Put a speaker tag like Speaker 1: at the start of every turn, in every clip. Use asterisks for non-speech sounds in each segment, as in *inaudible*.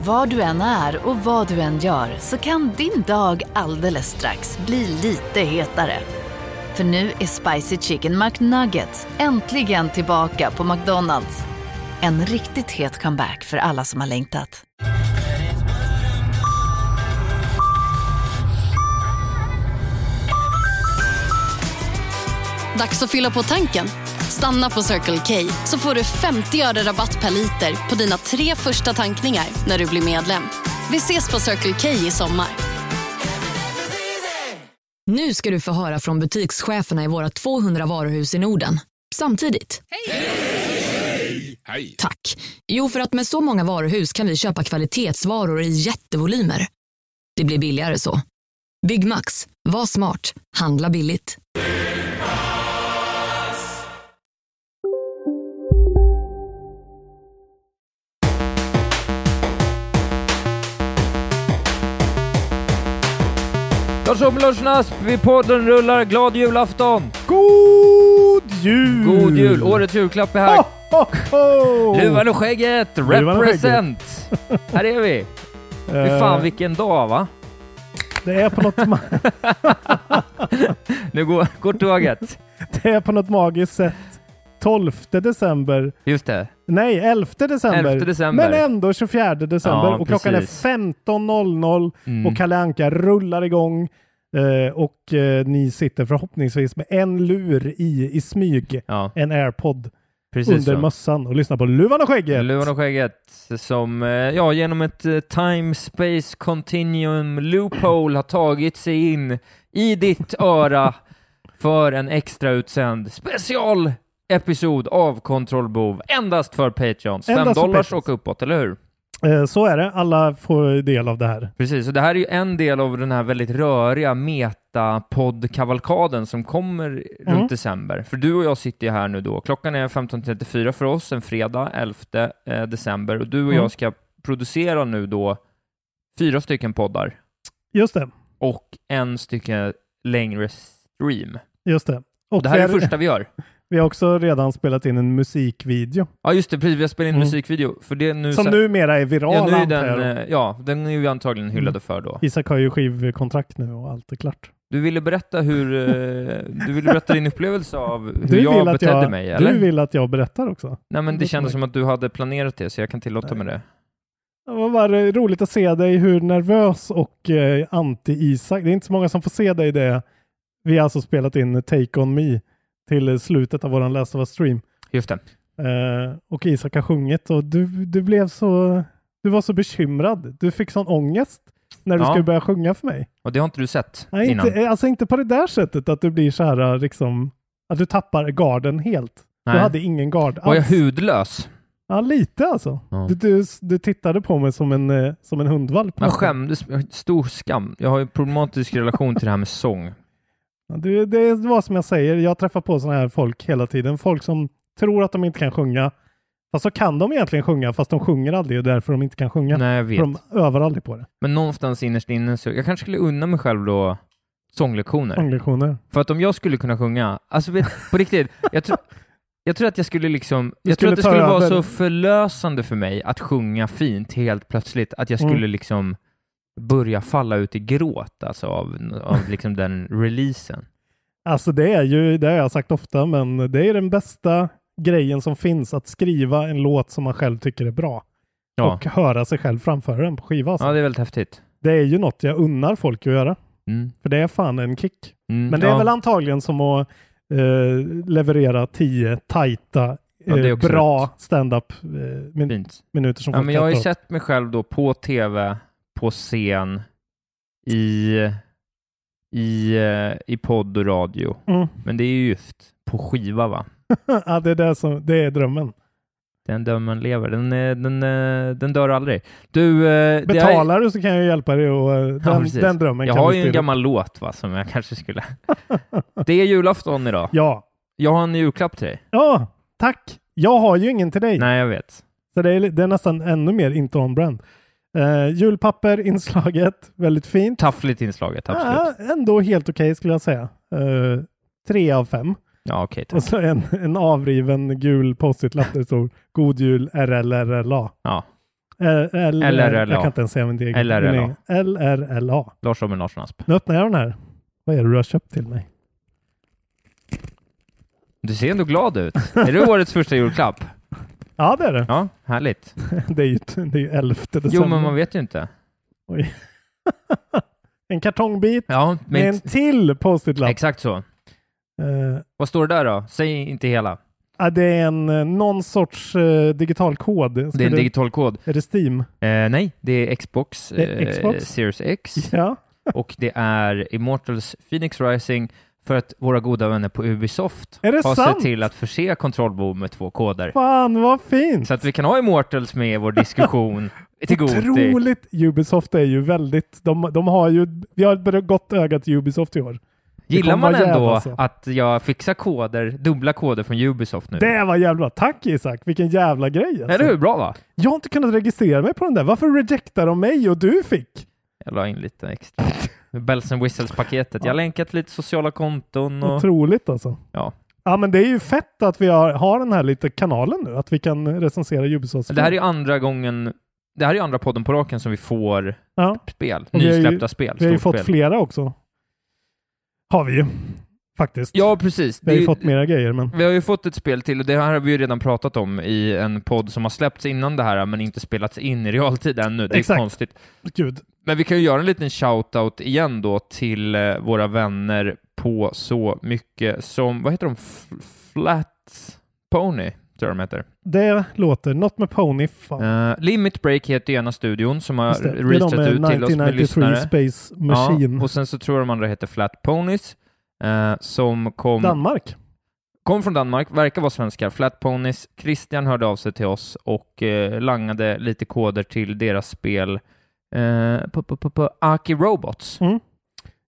Speaker 1: Var du än är och vad du än gör så kan din dag alldeles strax bli lite hetare. För nu är Spicy Chicken McNuggets äntligen tillbaka på McDonalds. En riktigt het comeback för alla som har längtat.
Speaker 2: Dags att fylla på tanken. Stanna på Circle K så får du 50 öre rabatt per liter på dina tre första tankningar när du blir medlem. Vi ses på Circle K i sommar.
Speaker 3: Nu ska du få höra från butikscheferna i våra 200 varuhus i Norden. Samtidigt.
Speaker 4: Hej!
Speaker 3: Tack. Jo, för att med så många varuhus kan vi köpa kvalitetsvaror i jättevolymer. Det blir billigare så. Byggmax. Var smart. Handla billigt.
Speaker 5: Lars-Åke Larsson Asp, vi podden rullar. Glad julafton!
Speaker 4: God jul!
Speaker 5: God jul! Årets julklapp är här.
Speaker 4: Ho, ho, ho!
Speaker 5: Luvan och skägget,
Speaker 4: Oh! Luvan och
Speaker 5: represent! Här är vi! Fy
Speaker 4: Eh,
Speaker 5: fan vilken dag va?
Speaker 4: det, är på något, ma- *laughs*
Speaker 5: Nu går, går tåget.
Speaker 4: det är på något magiskt sätt 12 december.
Speaker 5: Just det.
Speaker 4: Nej, 11 december.
Speaker 5: 11 december.
Speaker 4: Men ändå 24 december.
Speaker 5: Ja,
Speaker 4: och klockan
Speaker 5: precis.
Speaker 4: är 15.00
Speaker 5: Mm.
Speaker 4: och Kalle Anka rullar igång. Eh, och eh, ni sitter förhoppningsvis med en lur i, i smyg,
Speaker 5: Ja,
Speaker 4: en airpod,
Speaker 5: precis
Speaker 4: under mössan och lyssnar på Luvan och
Speaker 5: så.
Speaker 4: skägget.
Speaker 5: Luvan och skägget som, eh, ja, genom ett eh, time space continuum loophole har tagit sig in i
Speaker 4: *laughs*
Speaker 5: ditt öra för en extra utsänd special episod av Kontrollbov endast för Patreons. 5
Speaker 4: Endast för
Speaker 5: dollars
Speaker 4: Patreons.
Speaker 5: och uppåt, eller hur?
Speaker 4: Eh, så är det. Alla får del av det här.
Speaker 5: Precis, och det här är ju en del av den här väldigt röriga metapoddkavalkaden som kommer
Speaker 4: Mm.
Speaker 5: runt december. För du och jag sitter ju här nu då. Klockan är 15.34 för oss, en fredag 11 eh, december, och du och
Speaker 4: Mm.
Speaker 5: jag ska producera nu då fyra stycken poddar
Speaker 4: Just det.
Speaker 5: och en stycken längre stream.
Speaker 4: Just det. Och
Speaker 5: Och det här är
Speaker 4: vi, har,
Speaker 5: första vi gör.
Speaker 4: vi har också redan spelat in en musikvideo
Speaker 5: Ja, just det, precis. Vi har spelat in
Speaker 4: Mm.
Speaker 5: musikvideo. För det är nu
Speaker 4: som
Speaker 5: så-
Speaker 4: numera är viral
Speaker 5: ja, nu är
Speaker 4: antar jag
Speaker 5: den,
Speaker 4: då.
Speaker 5: eh, ja, den är ju antagligen
Speaker 4: Mm.
Speaker 5: hyllade för då.
Speaker 4: Isak har ju skivkontrakt nu och allt är klart.
Speaker 5: Du ville berätta hur, eh, du ville berätta din upplevelse av hur
Speaker 4: Du
Speaker 5: jag
Speaker 4: vill att
Speaker 5: betedde
Speaker 4: jag,
Speaker 5: mig, eller?
Speaker 4: du vill Mm. att jag berättar också.
Speaker 5: Nej men det
Speaker 4: Det
Speaker 5: kändes
Speaker 4: tror
Speaker 5: som att du hade planerat det, så jag kan tillåta mig det.
Speaker 4: Det var bara roligt att se dig hur nervös och eh, anti-Isak. Det är inte så många som får se dig det. Vi har alltså spelat in Take On Me till eh, slutet av våran Last of Us stream.
Speaker 5: Just det.
Speaker 4: Eh, och Isak har sjungit och du, du blev så... Du var så bekymrad. Du fick sån ångest när du
Speaker 5: Ja.
Speaker 4: skulle börja sjunga för mig.
Speaker 5: Och det har inte du sett
Speaker 4: Nej,
Speaker 5: innan?
Speaker 4: inte, alltså inte på det där sättet att du blir så här liksom, att du tappar garden helt. Du
Speaker 5: Nej.
Speaker 4: hade ingen gard
Speaker 5: Var jag
Speaker 4: alls.
Speaker 5: hudlös?
Speaker 4: ja, lite alltså.
Speaker 5: Ja.
Speaker 4: Du, du, du tittade på mig som en, eh, som en hundvalp.
Speaker 5: Jag skämdes, jag har stor skam. Jag har ju en problematisk relation till det här med sång.
Speaker 4: Ja, Du, det var som jag säger, jag träffar på sådana här folk hela tiden. Folk som tror att de inte kan sjunga, fast så kan de egentligen sjunga, fast de sjunger aldrig och därför de inte kan sjunga.
Speaker 5: Nej, jag
Speaker 4: För
Speaker 5: vet.
Speaker 4: de övar aldrig på det.
Speaker 5: Men någonstans innerst inne så, jag kanske skulle unna mig själv då sånglektioner.
Speaker 4: Sånglektioner.
Speaker 5: För att om jag skulle kunna sjunga, alltså vet- på riktigt, jag, tror jag tror att jag skulle liksom, jag tror
Speaker 4: skulle
Speaker 5: att det
Speaker 4: ta
Speaker 5: skulle vara
Speaker 4: över.
Speaker 5: så förlösande för mig att sjunga fint helt plötsligt, att jag
Speaker 4: Mm.
Speaker 5: skulle liksom börja falla ut i gråt alltså av, av liksom den releasen.
Speaker 4: Alltså det är ju, det har jag sagt ofta, men det är den bästa grejen som finns, att skriva en låt som man själv tycker är bra.
Speaker 5: Ja,
Speaker 4: och höra sig själv framföra den på skiva. Alltså.
Speaker 5: ja det är väldigt häftigt.
Speaker 4: Det är ju något jag unnar folk att göra,
Speaker 5: Mm.
Speaker 4: för det är fan en kick.
Speaker 5: Mm.
Speaker 4: Men det
Speaker 5: ja.
Speaker 4: är väl antagligen som att eh, leverera tio tajta,
Speaker 5: Ja, det är
Speaker 4: eh,
Speaker 5: också
Speaker 4: bra standup-minuter
Speaker 5: fint.
Speaker 4: som
Speaker 5: Ja,
Speaker 4: folk
Speaker 5: men jag har ju
Speaker 4: kan ta upp.
Speaker 5: sett mig själv då på tv, på scen, i, i, eh, i podd och radio.
Speaker 4: Mm.
Speaker 5: Men det är ju just på skiva va?
Speaker 4: ja, det, är det, som, det är drömmen.
Speaker 5: Den dömen lever. Den, eh, den, eh, den dör aldrig. Du, eh, det är-
Speaker 4: Betalar du så kan jag hjälpa dig och eh,
Speaker 5: Ja,
Speaker 4: den,
Speaker 5: precis.
Speaker 4: den drömmen
Speaker 5: jag
Speaker 4: kan
Speaker 5: har
Speaker 4: vi
Speaker 5: ju en
Speaker 4: styra.
Speaker 5: gammal låt va, som jag *laughs* kanske skulle...
Speaker 4: *laughs*
Speaker 5: det är julafton idag.
Speaker 4: Ja.
Speaker 5: Jag har en julklapp till dig.
Speaker 4: ja, tack. Jag har ju ingen till dig.
Speaker 5: Nej, jag vet.
Speaker 4: Så det är, det är nästan ännu mer inte on-brand. Eh, julpapper, inslaget, väldigt fint.
Speaker 5: Taffligt inslaget, absolut.
Speaker 4: Ja, ändå helt okej skulle jag säga. Eh, tre av fem.
Speaker 5: Ja, okej. tack.
Speaker 4: Och så en, en avriven gul post-it-lapp där det står God Jul RLRLA.
Speaker 5: ja.
Speaker 4: LRLA.
Speaker 5: LRLA.
Speaker 4: Jag kan inte ens säga min egen.
Speaker 5: LRLA.
Speaker 4: min egen. LRLA.
Speaker 5: Lars Robin Larsson Asp.
Speaker 4: Nu öppnar jag den här. Vad är det du har köpt till mig?
Speaker 5: Du ser ändå glad ut. Är det årets första julklapp?
Speaker 4: Ja, det är det.
Speaker 5: Ja, härligt.
Speaker 4: Det är ju, det är ju 11 december.
Speaker 5: Jo, men man vet ju inte.
Speaker 4: Oj. en kartongbit
Speaker 5: Ja,
Speaker 4: med
Speaker 5: men
Speaker 4: en till post-it-lapp.
Speaker 5: exakt så.
Speaker 4: Eh,
Speaker 5: Vad står det där då? Säg inte hela.
Speaker 4: ja, det är en, eh, någon sorts eh, digital kod.
Speaker 5: Det är
Speaker 4: Skulle-
Speaker 5: en digital kod.
Speaker 4: är det
Speaker 5: *laughs*
Speaker 4: Steam?
Speaker 5: Eh, nej, det är Xbox,
Speaker 4: Det är
Speaker 5: eh,
Speaker 4: Xbox.
Speaker 5: Series X
Speaker 4: *laughs* Ja.
Speaker 5: och det är Immortals Phoenix Rising för att våra goda vänner på Ubisoft
Speaker 4: Är det
Speaker 5: har
Speaker 4: sant?
Speaker 5: sett till att förse kontrollbord med två koder.
Speaker 4: Fan vad fint!
Speaker 5: Så att vi kan ha Immortals med i vår
Speaker 4: *laughs*
Speaker 5: diskussion till god tid.
Speaker 4: Otroligt! Ubisoft är ju väldigt... De, de har ju... Vi har ett bra- gott öga till Ubisoft i år.
Speaker 5: Gillar
Speaker 4: kommer
Speaker 5: man
Speaker 4: vara jävla
Speaker 5: ändå
Speaker 4: så.
Speaker 5: att jag fixar koder, dubbla koder från Ubisoft nu?
Speaker 4: Det var jävla bra. Tack Isak! Vilken jävla grej! Alltså.
Speaker 5: Är det hur bra va?
Speaker 4: Jag har inte kunnat registrera mig på den där. Varför rejectar de mig och du fick?
Speaker 5: Jag la in lite
Speaker 4: *laughs*
Speaker 5: extra. Bells and Whistles-paketet. Jag har länkat lite sociala konton och...
Speaker 4: Otroligt alltså.
Speaker 5: Ja.
Speaker 4: Ja men det är ju fett att vi har, har den här lite kanalen nu, att vi kan recensera Ubisoft.
Speaker 5: Det här är ju andra gången... Det här är ju andra podden på raken som vi får
Speaker 4: ja,
Speaker 5: spel.
Speaker 4: vi har ju-
Speaker 5: Nysläppta spel.
Speaker 4: vi har ju
Speaker 5: storspel.
Speaker 4: fått flera också. Har vi ju, faktiskt.
Speaker 5: Ja, precis.
Speaker 4: vi har ju
Speaker 5: Det är ju-
Speaker 4: fått mera grejer men...
Speaker 5: Vi har ju fått ett spel till och det här har vi ju redan pratat om i en podd som har släppts innan det här men inte spelats in i realtid ännu. Det är
Speaker 4: Exakt.
Speaker 5: konstigt.
Speaker 4: Gud,
Speaker 5: Men vi kan ju göra en liten shout-out igen då till eh, våra vänner på så mycket som, vad heter de? F- Flat Pony, tror jag de heter.
Speaker 4: det låter något med Pony. Fan.
Speaker 5: Eh, Limit Break heter ju ena studion som har
Speaker 4: Just det. Det är de
Speaker 5: reachat
Speaker 4: med
Speaker 5: ut till oss med
Speaker 4: 1993
Speaker 5: lyssnare.
Speaker 4: Space Machine.
Speaker 5: och sen så tror jag de andra heter Flat Ponies, eh, som kom,
Speaker 4: Danmark.
Speaker 5: kom från Danmark, verkar vara svenskar. Flat Ponies, Christian hörde av sig till oss och eh, langade lite koder till deras spel eh, på, på, på, på Aki Robots.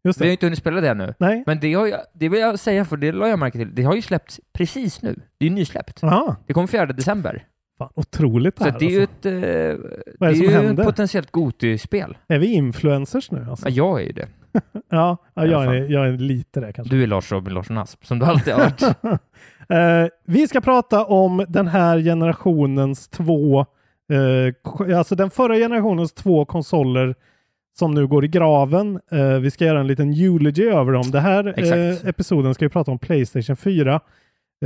Speaker 4: Just
Speaker 5: Vi har ju
Speaker 4: det.
Speaker 5: inte hunnit spela det nu.
Speaker 4: Nej.
Speaker 5: Men det, har jag, det vill jag säga, för det la jag märke till, det har ju släppts precis nu. Det är ju nysläppt.
Speaker 4: Aha.
Speaker 5: Det kom 4 december.
Speaker 4: Fan, otroligt det
Speaker 5: Så
Speaker 4: här.
Speaker 5: att det är ju
Speaker 4: alltså.
Speaker 5: ett, eh, det
Speaker 4: Vad
Speaker 5: är
Speaker 4: är det som
Speaker 5: ju ett
Speaker 4: händer?
Speaker 5: potentiellt Goty-spel.
Speaker 4: Är vi influencers nu? Alltså?
Speaker 5: Ja, jag är ju det.
Speaker 4: Ja, ja
Speaker 5: I alla
Speaker 4: jag,
Speaker 5: fall.
Speaker 4: är, jag är lite det kanske.
Speaker 5: Du är Lars Robin Larsson Asp, som du alltid har
Speaker 4: *laughs*
Speaker 5: varit.
Speaker 4: Eh, vi ska prata om den här generationens två, eh, ko- alltså den förra generationens två konsoler som nu går i graven. Eh, vi ska göra en liten eulogy över dem. Den här
Speaker 5: Exakt.
Speaker 4: eh, episoden ska vi prata om Playstation 4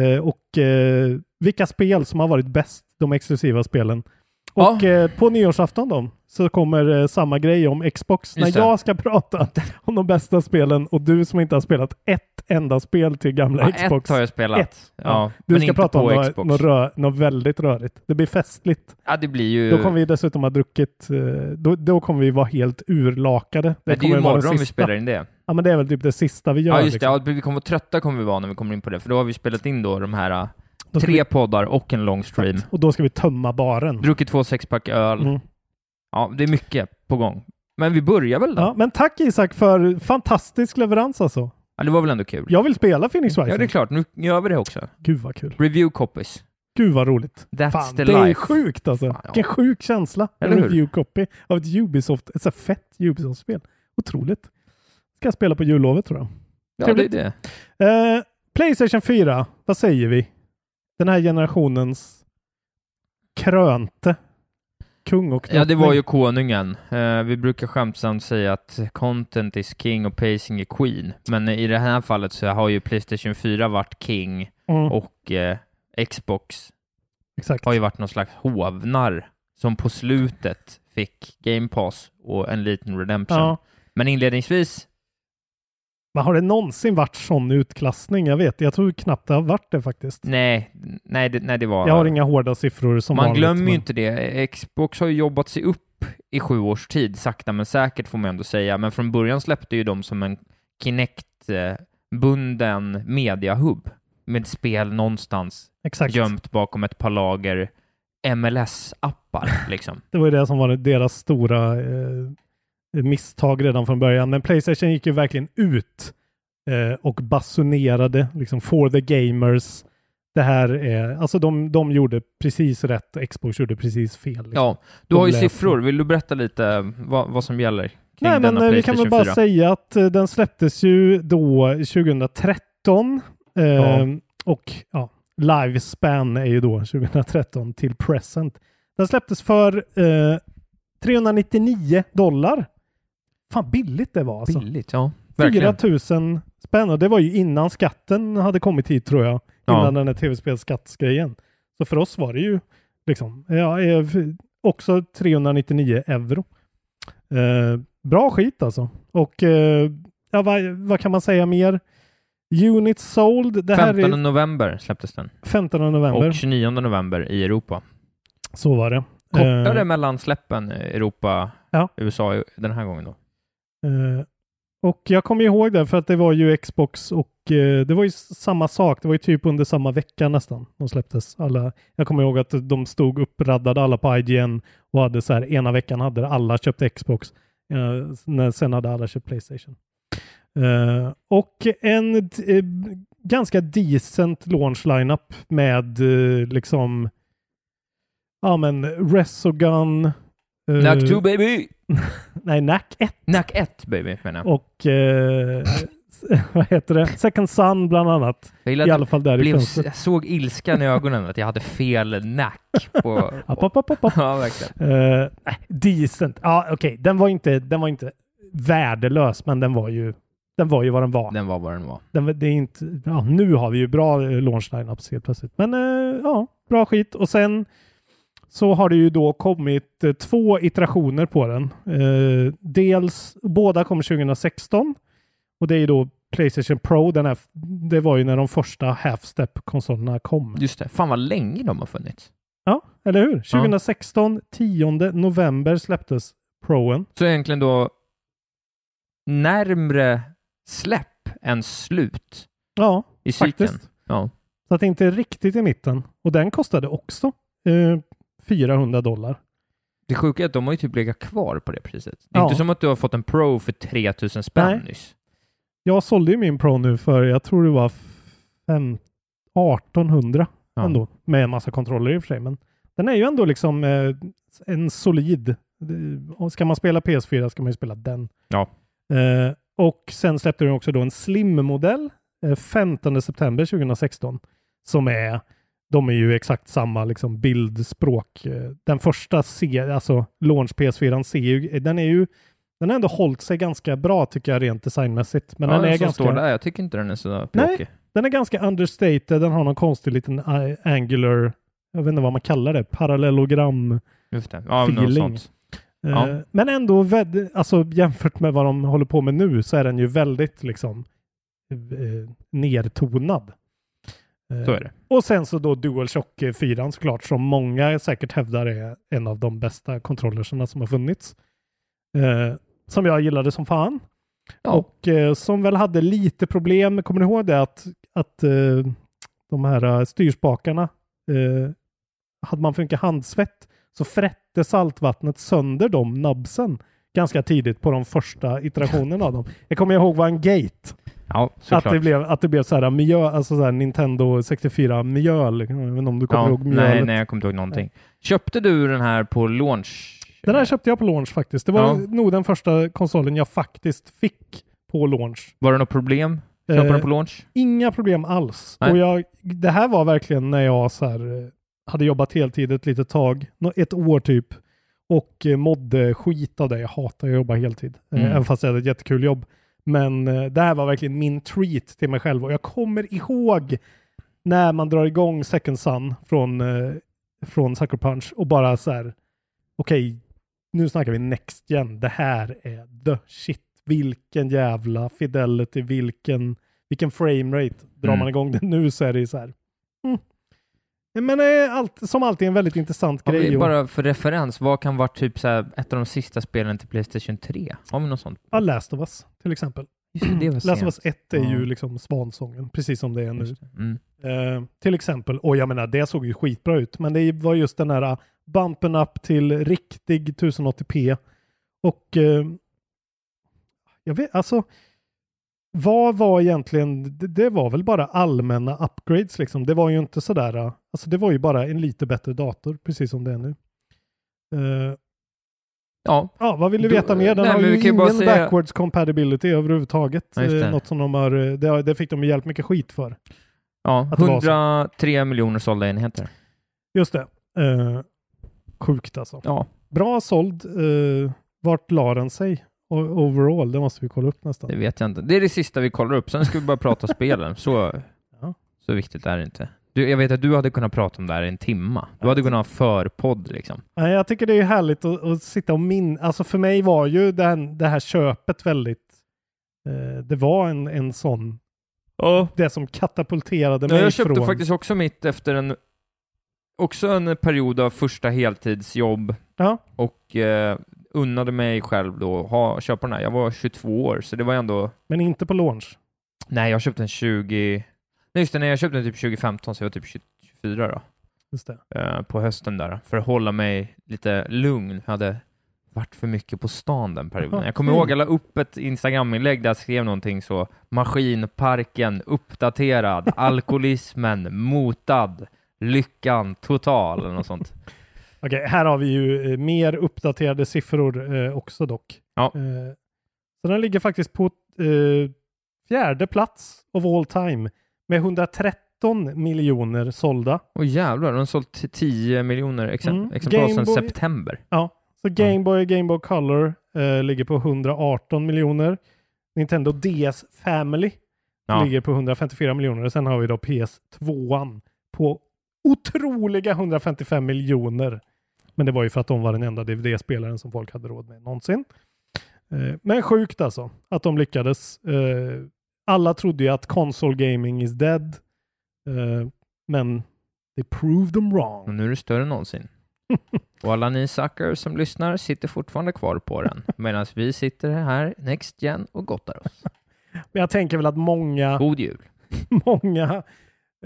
Speaker 4: eh, och eh, vilka spel som har varit bäst, de exklusiva spelen.
Speaker 5: Ja.
Speaker 4: Och eh, på nyårsafton då, så kommer eh, samma grej om Xbox
Speaker 5: Just
Speaker 4: när
Speaker 5: det.
Speaker 4: jag ska prata om de bästa spelen och du som inte har spelat ett enda spel till gamla
Speaker 5: Ja, ett
Speaker 4: Xbox.
Speaker 5: har jag spelat.
Speaker 4: Ett.
Speaker 5: Ja,
Speaker 4: Du
Speaker 5: men
Speaker 4: ska
Speaker 5: inte
Speaker 4: prata om
Speaker 5: på
Speaker 4: något,
Speaker 5: Xbox.
Speaker 4: något, rö, något väldigt rörigt. Det blir festligt.
Speaker 5: Ja, det blir ju...
Speaker 4: Då kommer vi dessutom ha druckit, eh, då, då kommer vi vara helt urlakade.
Speaker 5: det, det är
Speaker 4: kommer
Speaker 5: ju
Speaker 4: vara det
Speaker 5: imorgon vi
Speaker 4: sista.
Speaker 5: spelar in det.
Speaker 4: Ja, men det är väl typ det sista vi gör.
Speaker 5: Ja, just det. Ja,
Speaker 4: liksom.
Speaker 5: vi kommer vara trötta kommer vi vara när vi kommer in på det, för då har vi spelat in då de här eh,
Speaker 4: Då ska
Speaker 5: tre
Speaker 4: vi-
Speaker 5: poddar och en lång stream.
Speaker 4: Och då ska vi tömma baren.
Speaker 5: Druckit två sexpack öl.
Speaker 4: Mm.
Speaker 5: Ja, det är mycket på gång. Men vi börjar väl då?
Speaker 4: Ja, men tack Isak för fantastisk leverans alltså.
Speaker 5: Ja, det var väl ändå kul?
Speaker 4: Jag vill spela Phoenix Rising.
Speaker 5: Ja, det är klart. Nu gör vi det också.
Speaker 4: Gud vad kul.
Speaker 5: Review copies.
Speaker 4: Gud vad roligt.
Speaker 5: That's
Speaker 4: Fan,
Speaker 5: the
Speaker 4: det är
Speaker 5: life.
Speaker 4: sjukt alltså.
Speaker 5: Fan, ja.
Speaker 4: Vilken sjuk känsla. En
Speaker 5: Eller hur?
Speaker 4: review copy av ett Ubisoft, ett så här fett Ubisoft-spel. Otroligt. Ska jag spela på jullovet tror jag.
Speaker 5: Ja, det är
Speaker 4: Trevligt.
Speaker 5: det.
Speaker 4: Eh, Playstation 4, vad säger vi? Den här generationens krönte. Kung och
Speaker 5: Ja, det
Speaker 4: drottning.
Speaker 5: var ju konungen. Eh, vi brukar skämtsamt säga att content is king och pacing är queen. Men i det här fallet så har ju Playstation 4 varit king
Speaker 4: Mm,
Speaker 5: och eh, Xbox
Speaker 4: exakt.
Speaker 5: har ju varit någon slags hovnar som på slutet fick Game Pass och en liten redemption.
Speaker 4: Ja.
Speaker 5: Men inledningsvis,
Speaker 4: Men har det någonsin varit sån utklassning? Jag vet, jag tror knappt det har varit det faktiskt.
Speaker 5: nej, nej, det, nej det var...
Speaker 4: Jag har inga hårda siffror som
Speaker 5: Man
Speaker 4: vanligt.
Speaker 5: glömmer ju
Speaker 4: men-
Speaker 5: inte det. Xbox har ju jobbat sig upp i sju års tid, sakta men säkert får man ändå säga. Men från början släppte ju de som en Kinect-bunden mediahubb med spel någonstans
Speaker 4: Exakt.
Speaker 5: gömt bakom ett par lager MLS-appar. Liksom.
Speaker 4: Det var ju det som var deras stora eh, misstag redan från början. Men Playstation gick ju verkligen ut eh, och basunerade liksom for the gamers. Det här är, alltså de, de gjorde precis rätt och Xbox gjorde precis fel. Liksom.
Speaker 5: Ja, du har ju
Speaker 4: De lät-
Speaker 5: siffror. Vill du berätta lite vad, vad som gäller kring
Speaker 4: Nej, men
Speaker 5: denna
Speaker 4: eh, vi kan
Speaker 5: Playstation
Speaker 4: väl bara
Speaker 5: 4?
Speaker 4: säga att eh, den släpptes ju då 2013 eh,
Speaker 5: Ja.
Speaker 4: och ja, Livespan är ju då 2013 till present. Den släpptes för eh, 399 dollar. Fan billigt det var alltså.
Speaker 5: Billigt, ja. Verkligen.
Speaker 4: 4 000 spänn och det var ju innan skatten hade kommit hit tror jag. Innan
Speaker 5: Ja.
Speaker 4: den här tv-spelsskattsgrejen. Så för oss var det ju liksom, ja, eh, f- också 399 euro. Eh, bra skit alltså. Och eh, ja, vad, vad kan man säga mer? Units sold. Det här
Speaker 5: 15
Speaker 4: är
Speaker 5: november släpptes den
Speaker 4: 15 november.
Speaker 5: och 29 november i Europa.
Speaker 4: Så var det.
Speaker 5: Kortare
Speaker 4: Eh,
Speaker 5: mellan släppen eh, Europa,
Speaker 4: Ja.
Speaker 5: USA i- den här gången då.
Speaker 4: Eh, och jag kommer ihåg det för att det var ju Xbox och eh, det var ju s- samma sak. Det var ju typ under samma vecka nästan de släpptes. Alla, jag kommer ihåg att de stod uppraddade alla på IGN och hade så här ena veckan hade alla köpt Xbox. Eh, när- sen hade alla köpt Playstation. Eh, och en d- eh, ganska decent launch lineup med eh, liksom ja men Resogun. eh,
Speaker 5: Nack 2 baby!
Speaker 4: Nej, Nack 1
Speaker 5: Nack 1 baby menar jag.
Speaker 4: och eh, *laughs* vad heter det? Second Sun bland annat.
Speaker 5: Jag
Speaker 4: I
Speaker 5: gillar att
Speaker 4: alla fall där
Speaker 5: jag,
Speaker 4: i
Speaker 5: blev,
Speaker 4: fönstret.
Speaker 5: jag såg ilskan i ögonen att jag hade fel nack
Speaker 4: *laughs*
Speaker 5: på...
Speaker 4: App, app, app,
Speaker 5: *laughs*
Speaker 4: app, app.
Speaker 5: ja, verkligen.
Speaker 4: Eh, nej, decent. Ja, okej. Den var inte, den var inte värdelös, men den var ju, den var ju vad den var.
Speaker 5: Den var vad den var.
Speaker 4: Den, var- det är inte, ja, nu har vi ju bra eh, launch lineups helt plötsligt. Men eh, ja, bra skit. Och sen så har det ju då kommit eh, två iterationer på den. Eh, dels, båda kom 2016 och det är ju då Playstation Pro. Den här, f- det var ju när de första half-step-konsolerna kom.
Speaker 5: Just det. Fan vad länge de har funnits.
Speaker 4: Ja, eller hur? 2016, 10 november släpptes Proen.
Speaker 5: Så egentligen då närmre släpp än slut
Speaker 4: Ja,
Speaker 5: i cykeln.
Speaker 4: faktiskt.
Speaker 5: Ja.
Speaker 4: Så att det inte är riktigt i mitten. Och den kostade också eh, 400 dollar.
Speaker 5: Det sjuka är att de har ju typ legat kvar på det priset. Det är
Speaker 4: Ja.
Speaker 5: inte som att du har fått en Pro för 3000 spänn
Speaker 4: Nej.
Speaker 5: nyss.
Speaker 4: Jag sålde ju min Pro nu för, jag tror det var fem, 1800
Speaker 5: Ja.
Speaker 4: ändå. Med en massa kontroller i och för sig. Men den är ju ändå liksom eh, en solid. eh, och Ska man spela PS4 ska man ju spela den.
Speaker 5: Ja.
Speaker 4: Eh, och sen släppte de också då en slim-modell eh, 15 september 2016. Som är, de är ju exakt samma liksom bildspråk. Eh, Den första, ser, alltså launch PS4, ser ju, den är ju den har ändå hållit sig ganska bra tycker jag rent designmässigt. Men
Speaker 5: ja,
Speaker 4: den, är
Speaker 5: som står
Speaker 4: ganska,
Speaker 5: där. Jag tycker inte den är så
Speaker 4: Nej.
Speaker 5: pjåkig.
Speaker 4: den är ganska understated. Den har någon konstig liten eh, angular, jag vet inte vad man kallar det, parallellogram.
Speaker 5: Just det. Ja, något
Speaker 4: Feeling.
Speaker 5: sånt.
Speaker 4: Eh,
Speaker 5: Ja.
Speaker 4: Men ändå, väd- alltså, jämfört med vad de håller på med nu så är den ju väldigt liksom eh, nertonad. Eh,
Speaker 5: Så är det.
Speaker 4: Och sen så då DualShock 4 såklart, som många säkert hävdar är en av de bästa kontrollerserna som har funnits. Eh, som jag gillade som fan.
Speaker 5: Ja.
Speaker 4: Och eh, som väl hade lite problem, kommer ni ihåg det att, att eh, de här eh, styrspakarna, eh, hade man för mycket handsvett så frätte saltvattnet sönder de nubsen ganska tidigt på de första iterationerna av dem. Jag kommer ihåg var en gate.
Speaker 5: Ja, såklart.
Speaker 4: Att det, blev, att det blev så här mjöl, alltså så här Nintendo 64 mjöl. Jag vet inte om du kommer
Speaker 5: ja,
Speaker 4: ihåg mjölet.
Speaker 5: nej, nej, jag kommer inte ihåg någonting. Köpte du den här på launch?
Speaker 4: Den här köpte jag på launch faktiskt. Det var
Speaker 5: Ja.
Speaker 4: nog den första konsolen jag faktiskt fick på launch.
Speaker 5: Var det något problem? Köpte
Speaker 4: Eh,
Speaker 5: den på launch?
Speaker 4: Inga problem alls.
Speaker 5: Nej.
Speaker 4: Och jag, det här var verkligen när jag så här, eh, hade jobbat heltid ett litet tag, nå- ett år typ, och eh, mådde skit av det. Jag hatar att jobba heltid, eh,
Speaker 5: Mm.
Speaker 4: även fast jag hade ett jättekul jobb. Men eh, det här var verkligen min treat till mig själv och jag kommer ihåg när man drar igång Second Sun från, eh, från Sucker Punch och bara så här, okej, nu snackar vi next gen. Det här är the shit. Vilken jävla fidelity, vilken, vilken framerate. Drar
Speaker 5: Mm.
Speaker 4: man igång den nu så är det ju så här. Mm. Men eh, allt, som alltid en väldigt intressant
Speaker 5: Har
Speaker 4: grej.
Speaker 5: vi
Speaker 4: och-
Speaker 5: bara för referens, vad kan vara typ så här ett av de sista spelen till Playstation 3? Har vi något sånt?
Speaker 4: Ja, Last of Us till exempel.
Speaker 5: Just det, det var
Speaker 4: Last of
Speaker 5: sent.
Speaker 4: Us 1 är ju
Speaker 5: Ja.
Speaker 4: liksom svansången, precis som det är nu.
Speaker 5: Just det. Mm.
Speaker 4: Eh, till exempel, och jag menar det såg ju skitbra ut, men det var just den här uh, bumpen up till riktig 1080p. Och eh, jag vet, alltså vad var egentligen, det, det var väl bara allmänna upgrades liksom. Det var ju inte sådär, eh, alltså det var ju bara en lite bättre dator, precis som det är nu. Eh,
Speaker 5: Ja,
Speaker 4: Ja, vad vill du
Speaker 5: Då-
Speaker 4: veta mer? Den
Speaker 5: nej,
Speaker 4: har
Speaker 5: men
Speaker 4: ju
Speaker 5: vi kan ju bara
Speaker 4: ingen
Speaker 5: säga-
Speaker 4: backwards compatibility överhuvudtaget.
Speaker 5: Ja, just
Speaker 4: Eh,
Speaker 5: det.
Speaker 4: Något som de har, eh, det, har- det fick de ju jävligt mycket skit för.
Speaker 5: ja
Speaker 4: Att det var så.
Speaker 5: 103 miljoner sålda enheter.
Speaker 4: Just det. Eh, Sjukt alltså.
Speaker 5: Ja.
Speaker 4: Bra såld. Eh, vart la den sig? O- Overall, det måste vi kolla upp nästan.
Speaker 5: Det vet jag inte. Det är det sista vi kollar upp. Sen ska vi bara prata spelen. Så,
Speaker 4: *laughs* Ja.
Speaker 5: så viktigt är det inte. Du, jag vet att du hade kunnat prata om det här i en timma. Du hade kunnat ha en förpodd liksom.
Speaker 4: Nej, jag tycker det är härligt att, att sitta och min... Alltså för mig var ju den, det här köpet väldigt... Eh, det var en, en sån...
Speaker 5: Ja.
Speaker 4: Det som katapulterade mig
Speaker 5: Jag köpte
Speaker 4: från...
Speaker 5: faktiskt också mitt efter en, också en period av första heltidsjobb
Speaker 4: Ja.
Speaker 5: och eh, unnade mig själv då att ha, köpa den här. Jag var 22 år, så det var ändå...
Speaker 4: Men inte på launch.
Speaker 5: Nej, jag köpte den 20... Nej, just det, nej, jag köpte den typ 2015, så jag var typ 20 24 då.
Speaker 4: Just det.
Speaker 5: eh, på hösten där för att hålla mig lite lugn. Jag hade varit för mycket på stan den perioden.
Speaker 4: Jaha,
Speaker 5: Jag kommer
Speaker 4: mm.
Speaker 5: ihåg, jag la upp ett Instagram-inlägg där jag skrev någonting så maskinparken *laughs* uppdaterad, alkoholismen motad, lyckan total eller något sånt.
Speaker 4: Okej, här har vi ju eh, mer uppdaterade siffror eh, också dock.
Speaker 5: Ja.
Speaker 4: Eh, så den ligger faktiskt på eh, fjärde plats of all time med 113 miljoner sålda.
Speaker 5: Och jävlar, de har sålt t- 10 miljoner ex-
Speaker 4: Mm.
Speaker 5: exemplar sedan
Speaker 4: Gameboy.
Speaker 5: september.
Speaker 4: Så Game Boy och Game Boy Color eh, ligger på 118 miljoner. Nintendo DS Family
Speaker 5: Ja.
Speaker 4: ligger på 154 miljoner och sen har vi då PS2 på otroliga 155 miljoner. Men det var ju för att de var den enda DVD-spelaren som folk hade råd med någonsin. Eh, Men sjukt alltså att de lyckades. Eh, Alla trodde ju att console gaming is dead. Eh, Men they proved them
Speaker 5: Och
Speaker 4: wrong.
Speaker 5: nu är det större än någonsin. Och alla ni suckers som lyssnar sitter fortfarande kvar på den, medan vi sitter här next gen och gottar oss.
Speaker 4: Men jag tänker väl att många
Speaker 5: God jul!
Speaker 4: *laughs* många,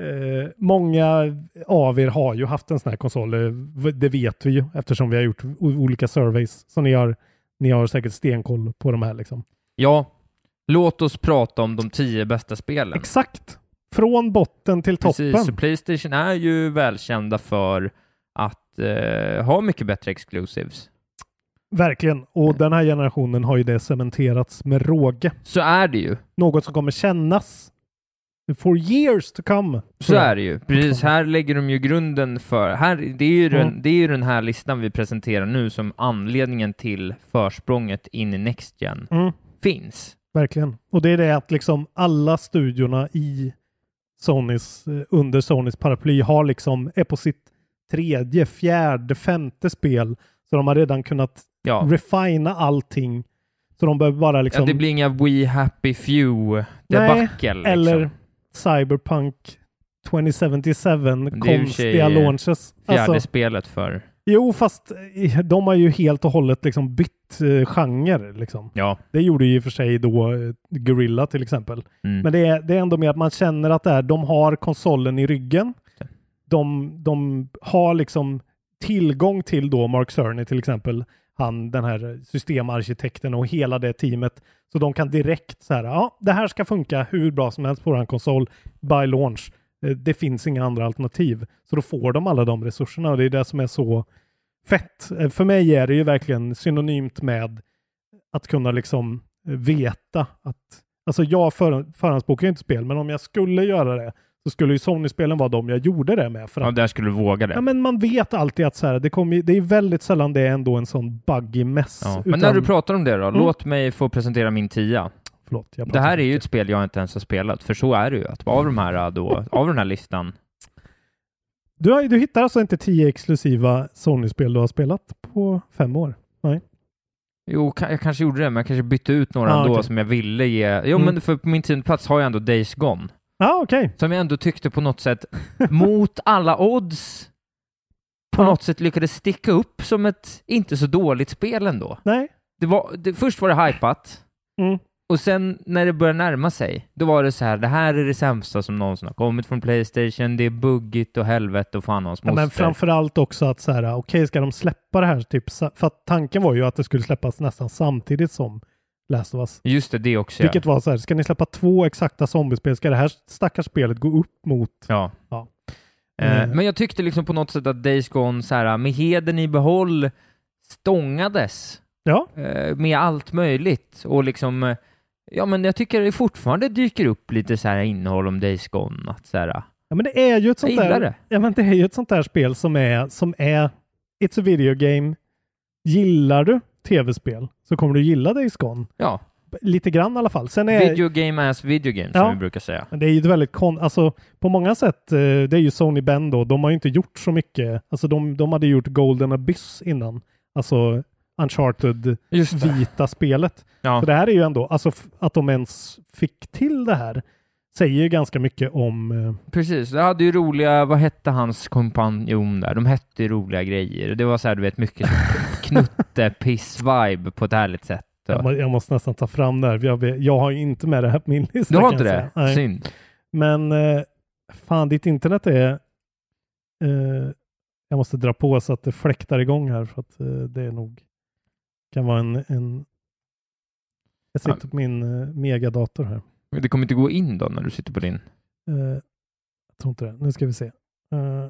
Speaker 4: eh, många av er har ju haft en sån här konsol. Eh, v- Det vet vi ju eftersom vi har gjort o- olika surveys. Så ni har, ni har säkert stenkoll på de här. Liksom.
Speaker 5: Ja, låt oss prata om de tio bästa spelen.
Speaker 4: Exakt! Från botten till toppen.
Speaker 5: Precis, Playstation är ju välkända för att eh, ha mycket bättre exclusives.
Speaker 4: Verkligen. Och den här generationen har ju det cementerats med råge.
Speaker 5: Så är det ju.
Speaker 4: Något som kommer kännas for years to come.
Speaker 5: Så är det ju. Precis, här lägger de ju grunden för... Här, det, är ju den,
Speaker 4: Mm.
Speaker 5: det är ju den här listan vi presenterar nu som anledningen till försprånget in i Next Gen
Speaker 4: Mm.
Speaker 5: finns.
Speaker 4: Verkligen. Och det är det att liksom alla studiorna i Sonys, eh, under Sonys paraply har liksom, är på sitt tredje, fjärde, femte spel. Så de har redan kunnat
Speaker 5: Ja.
Speaker 4: refina allting. Så de behöver bara liksom,
Speaker 5: ja, det blir inga We Happy Few debacle. Liksom.
Speaker 4: eller Cyberpunk 2077,
Speaker 5: Det är i och för sig,
Speaker 4: konstiga
Speaker 5: eh,
Speaker 4: launches.
Speaker 5: Fjärde
Speaker 4: Alltså,
Speaker 5: spelet för...
Speaker 4: jo, fast eh, de har ju helt och hållet liksom bytt eh, genre. Liksom.
Speaker 5: Ja.
Speaker 4: Det gjorde ju i och för sig då eh, Gorilla till exempel.
Speaker 5: Mm.
Speaker 4: Men det är, det är ändå mer att man känner att det är, de har konsolen i ryggen.
Speaker 5: det.
Speaker 4: De, de har liksom tillgång till då Mark Cerny till exempel, han den här systemarkitekten och hela det teamet. Så de kan direkt så här, ja det här ska funka hur bra som helst på vår konsol by launch. Eh, Det finns inga andra alternativ. Så då får de alla de resurserna och det är det som är så fett. Eh, För mig är det ju verkligen synonymt med att kunna liksom eh, veta att Alltså jag för, förhandsbokar ju inte spel, men om jag skulle göra det så skulle ju Sony-spelen vara de jag gjorde det med. För
Speaker 5: Ja,
Speaker 4: att,
Speaker 5: där skulle du våga det.
Speaker 4: ja, men man vet alltid att så här, det, kommer, ju- det är väldigt sällan det är ändå en sån buggy mess.
Speaker 5: Ja. Men
Speaker 4: utan-
Speaker 5: när du pratar om det då,
Speaker 4: Mm.
Speaker 5: låt mig få presentera min tia.
Speaker 4: Förlåt, jag
Speaker 5: Det
Speaker 4: pratar
Speaker 5: här
Speaker 4: för
Speaker 5: är ju ett
Speaker 4: mycket.
Speaker 5: spel jag inte ens har spelat, för så är det ju. Att av, de här, då, av den här listan,
Speaker 4: Du, har, du hittar alltså inte tio exklusiva Sony-spel du har spelat på fem år?
Speaker 5: jo, ka- jag kanske gjorde det, men jag kanske bytte ut några
Speaker 4: Ah,
Speaker 5: ändå
Speaker 4: okej.
Speaker 5: som jag ville ge. Jo,
Speaker 4: Mm.
Speaker 5: men för på min tionde plats har jag ändå Days Gone,
Speaker 4: Ja, ah, okej.
Speaker 5: som jag ändå tyckte på något
Speaker 4: *laughs*
Speaker 5: sätt, mot alla odds, på något sätt lyckades sticka upp som ett inte så dåligt spel ändå.
Speaker 4: Nej.
Speaker 5: Det var, det, först var det hypat,
Speaker 4: Mm.
Speaker 5: och sen när det började närma sig, då var det så här, det här är det sämsta som någonsin har kommit från Playstation, det är buggigt och helvete och fan och hans
Speaker 4: Ja, men
Speaker 5: moster.
Speaker 4: framförallt också att så här, okej, ska de släppa det här? Typ, sa- för att tanken var ju att det skulle släppas nästan samtidigt som Last of Us.
Speaker 5: Just det, det också.
Speaker 4: Vilket var så här, ska ni släppa två exakta zombiespel? Ska det här stackars spelet gå upp mot
Speaker 5: Ja.
Speaker 4: Ja.
Speaker 5: Eh,
Speaker 4: Mm.
Speaker 5: Men jag tyckte liksom på något sätt att Days Gone, så här, med heden i behåll, stångades
Speaker 4: Ja,
Speaker 5: eh, med allt möjligt. Och liksom, eh, ja men jag tycker det fortfarande dyker upp lite så här innehåll om Days Gone. Att så här,
Speaker 4: ja men det är ju ett
Speaker 5: jag
Speaker 4: sånt
Speaker 5: gillar
Speaker 4: där,
Speaker 5: det.
Speaker 4: ja, men det är ju ett sånt där spel som är, som är It's a video game. Gillar du tv-spel så kommer du gilla Days Gone.
Speaker 5: Ja,
Speaker 4: Lite grann i alla fall. Sen är,
Speaker 5: video game as video game
Speaker 4: Ja.
Speaker 5: som vi brukar säga.
Speaker 4: Men Det är ju ett väldigt kon... Alltså på många sätt, eh, det är ju Sony Ben då, de har ju inte gjort så mycket. Alltså de, de hade gjort Golden Abyss innan. Alltså Uncharted
Speaker 5: Just det.
Speaker 4: vita spelet.
Speaker 5: Ja.
Speaker 4: Så det här är ju ändå, alltså f- att de ens fick till det här säger ju ganska mycket om... eh,
Speaker 5: Precis, det hade ju roliga, vad hette hans kompanjon där? De hette ju roliga grejer. Det var så här, *laughs* du vet, mycket knutte-piss-vibe på ett härligt sätt.
Speaker 4: Jag, må, *laughs* jag måste nästan ta fram det här. för Jag, vet- jag har ju inte med det här på min lista.
Speaker 5: Du har
Speaker 4: kan
Speaker 5: inte
Speaker 4: jag
Speaker 5: det?
Speaker 4: säga. Nej.
Speaker 5: Synd.
Speaker 4: Men eh, fan, ditt internet är... Eh, jag måste dra på så att det fläktar igång här för att eh, det är nog kan vara en... en jag sitter
Speaker 5: Ja.
Speaker 4: på min eh, megadator här.
Speaker 5: Det kommer inte gå in då när du sitter på din?
Speaker 4: Eh, jag tror inte det. Nu ska vi se. Eh,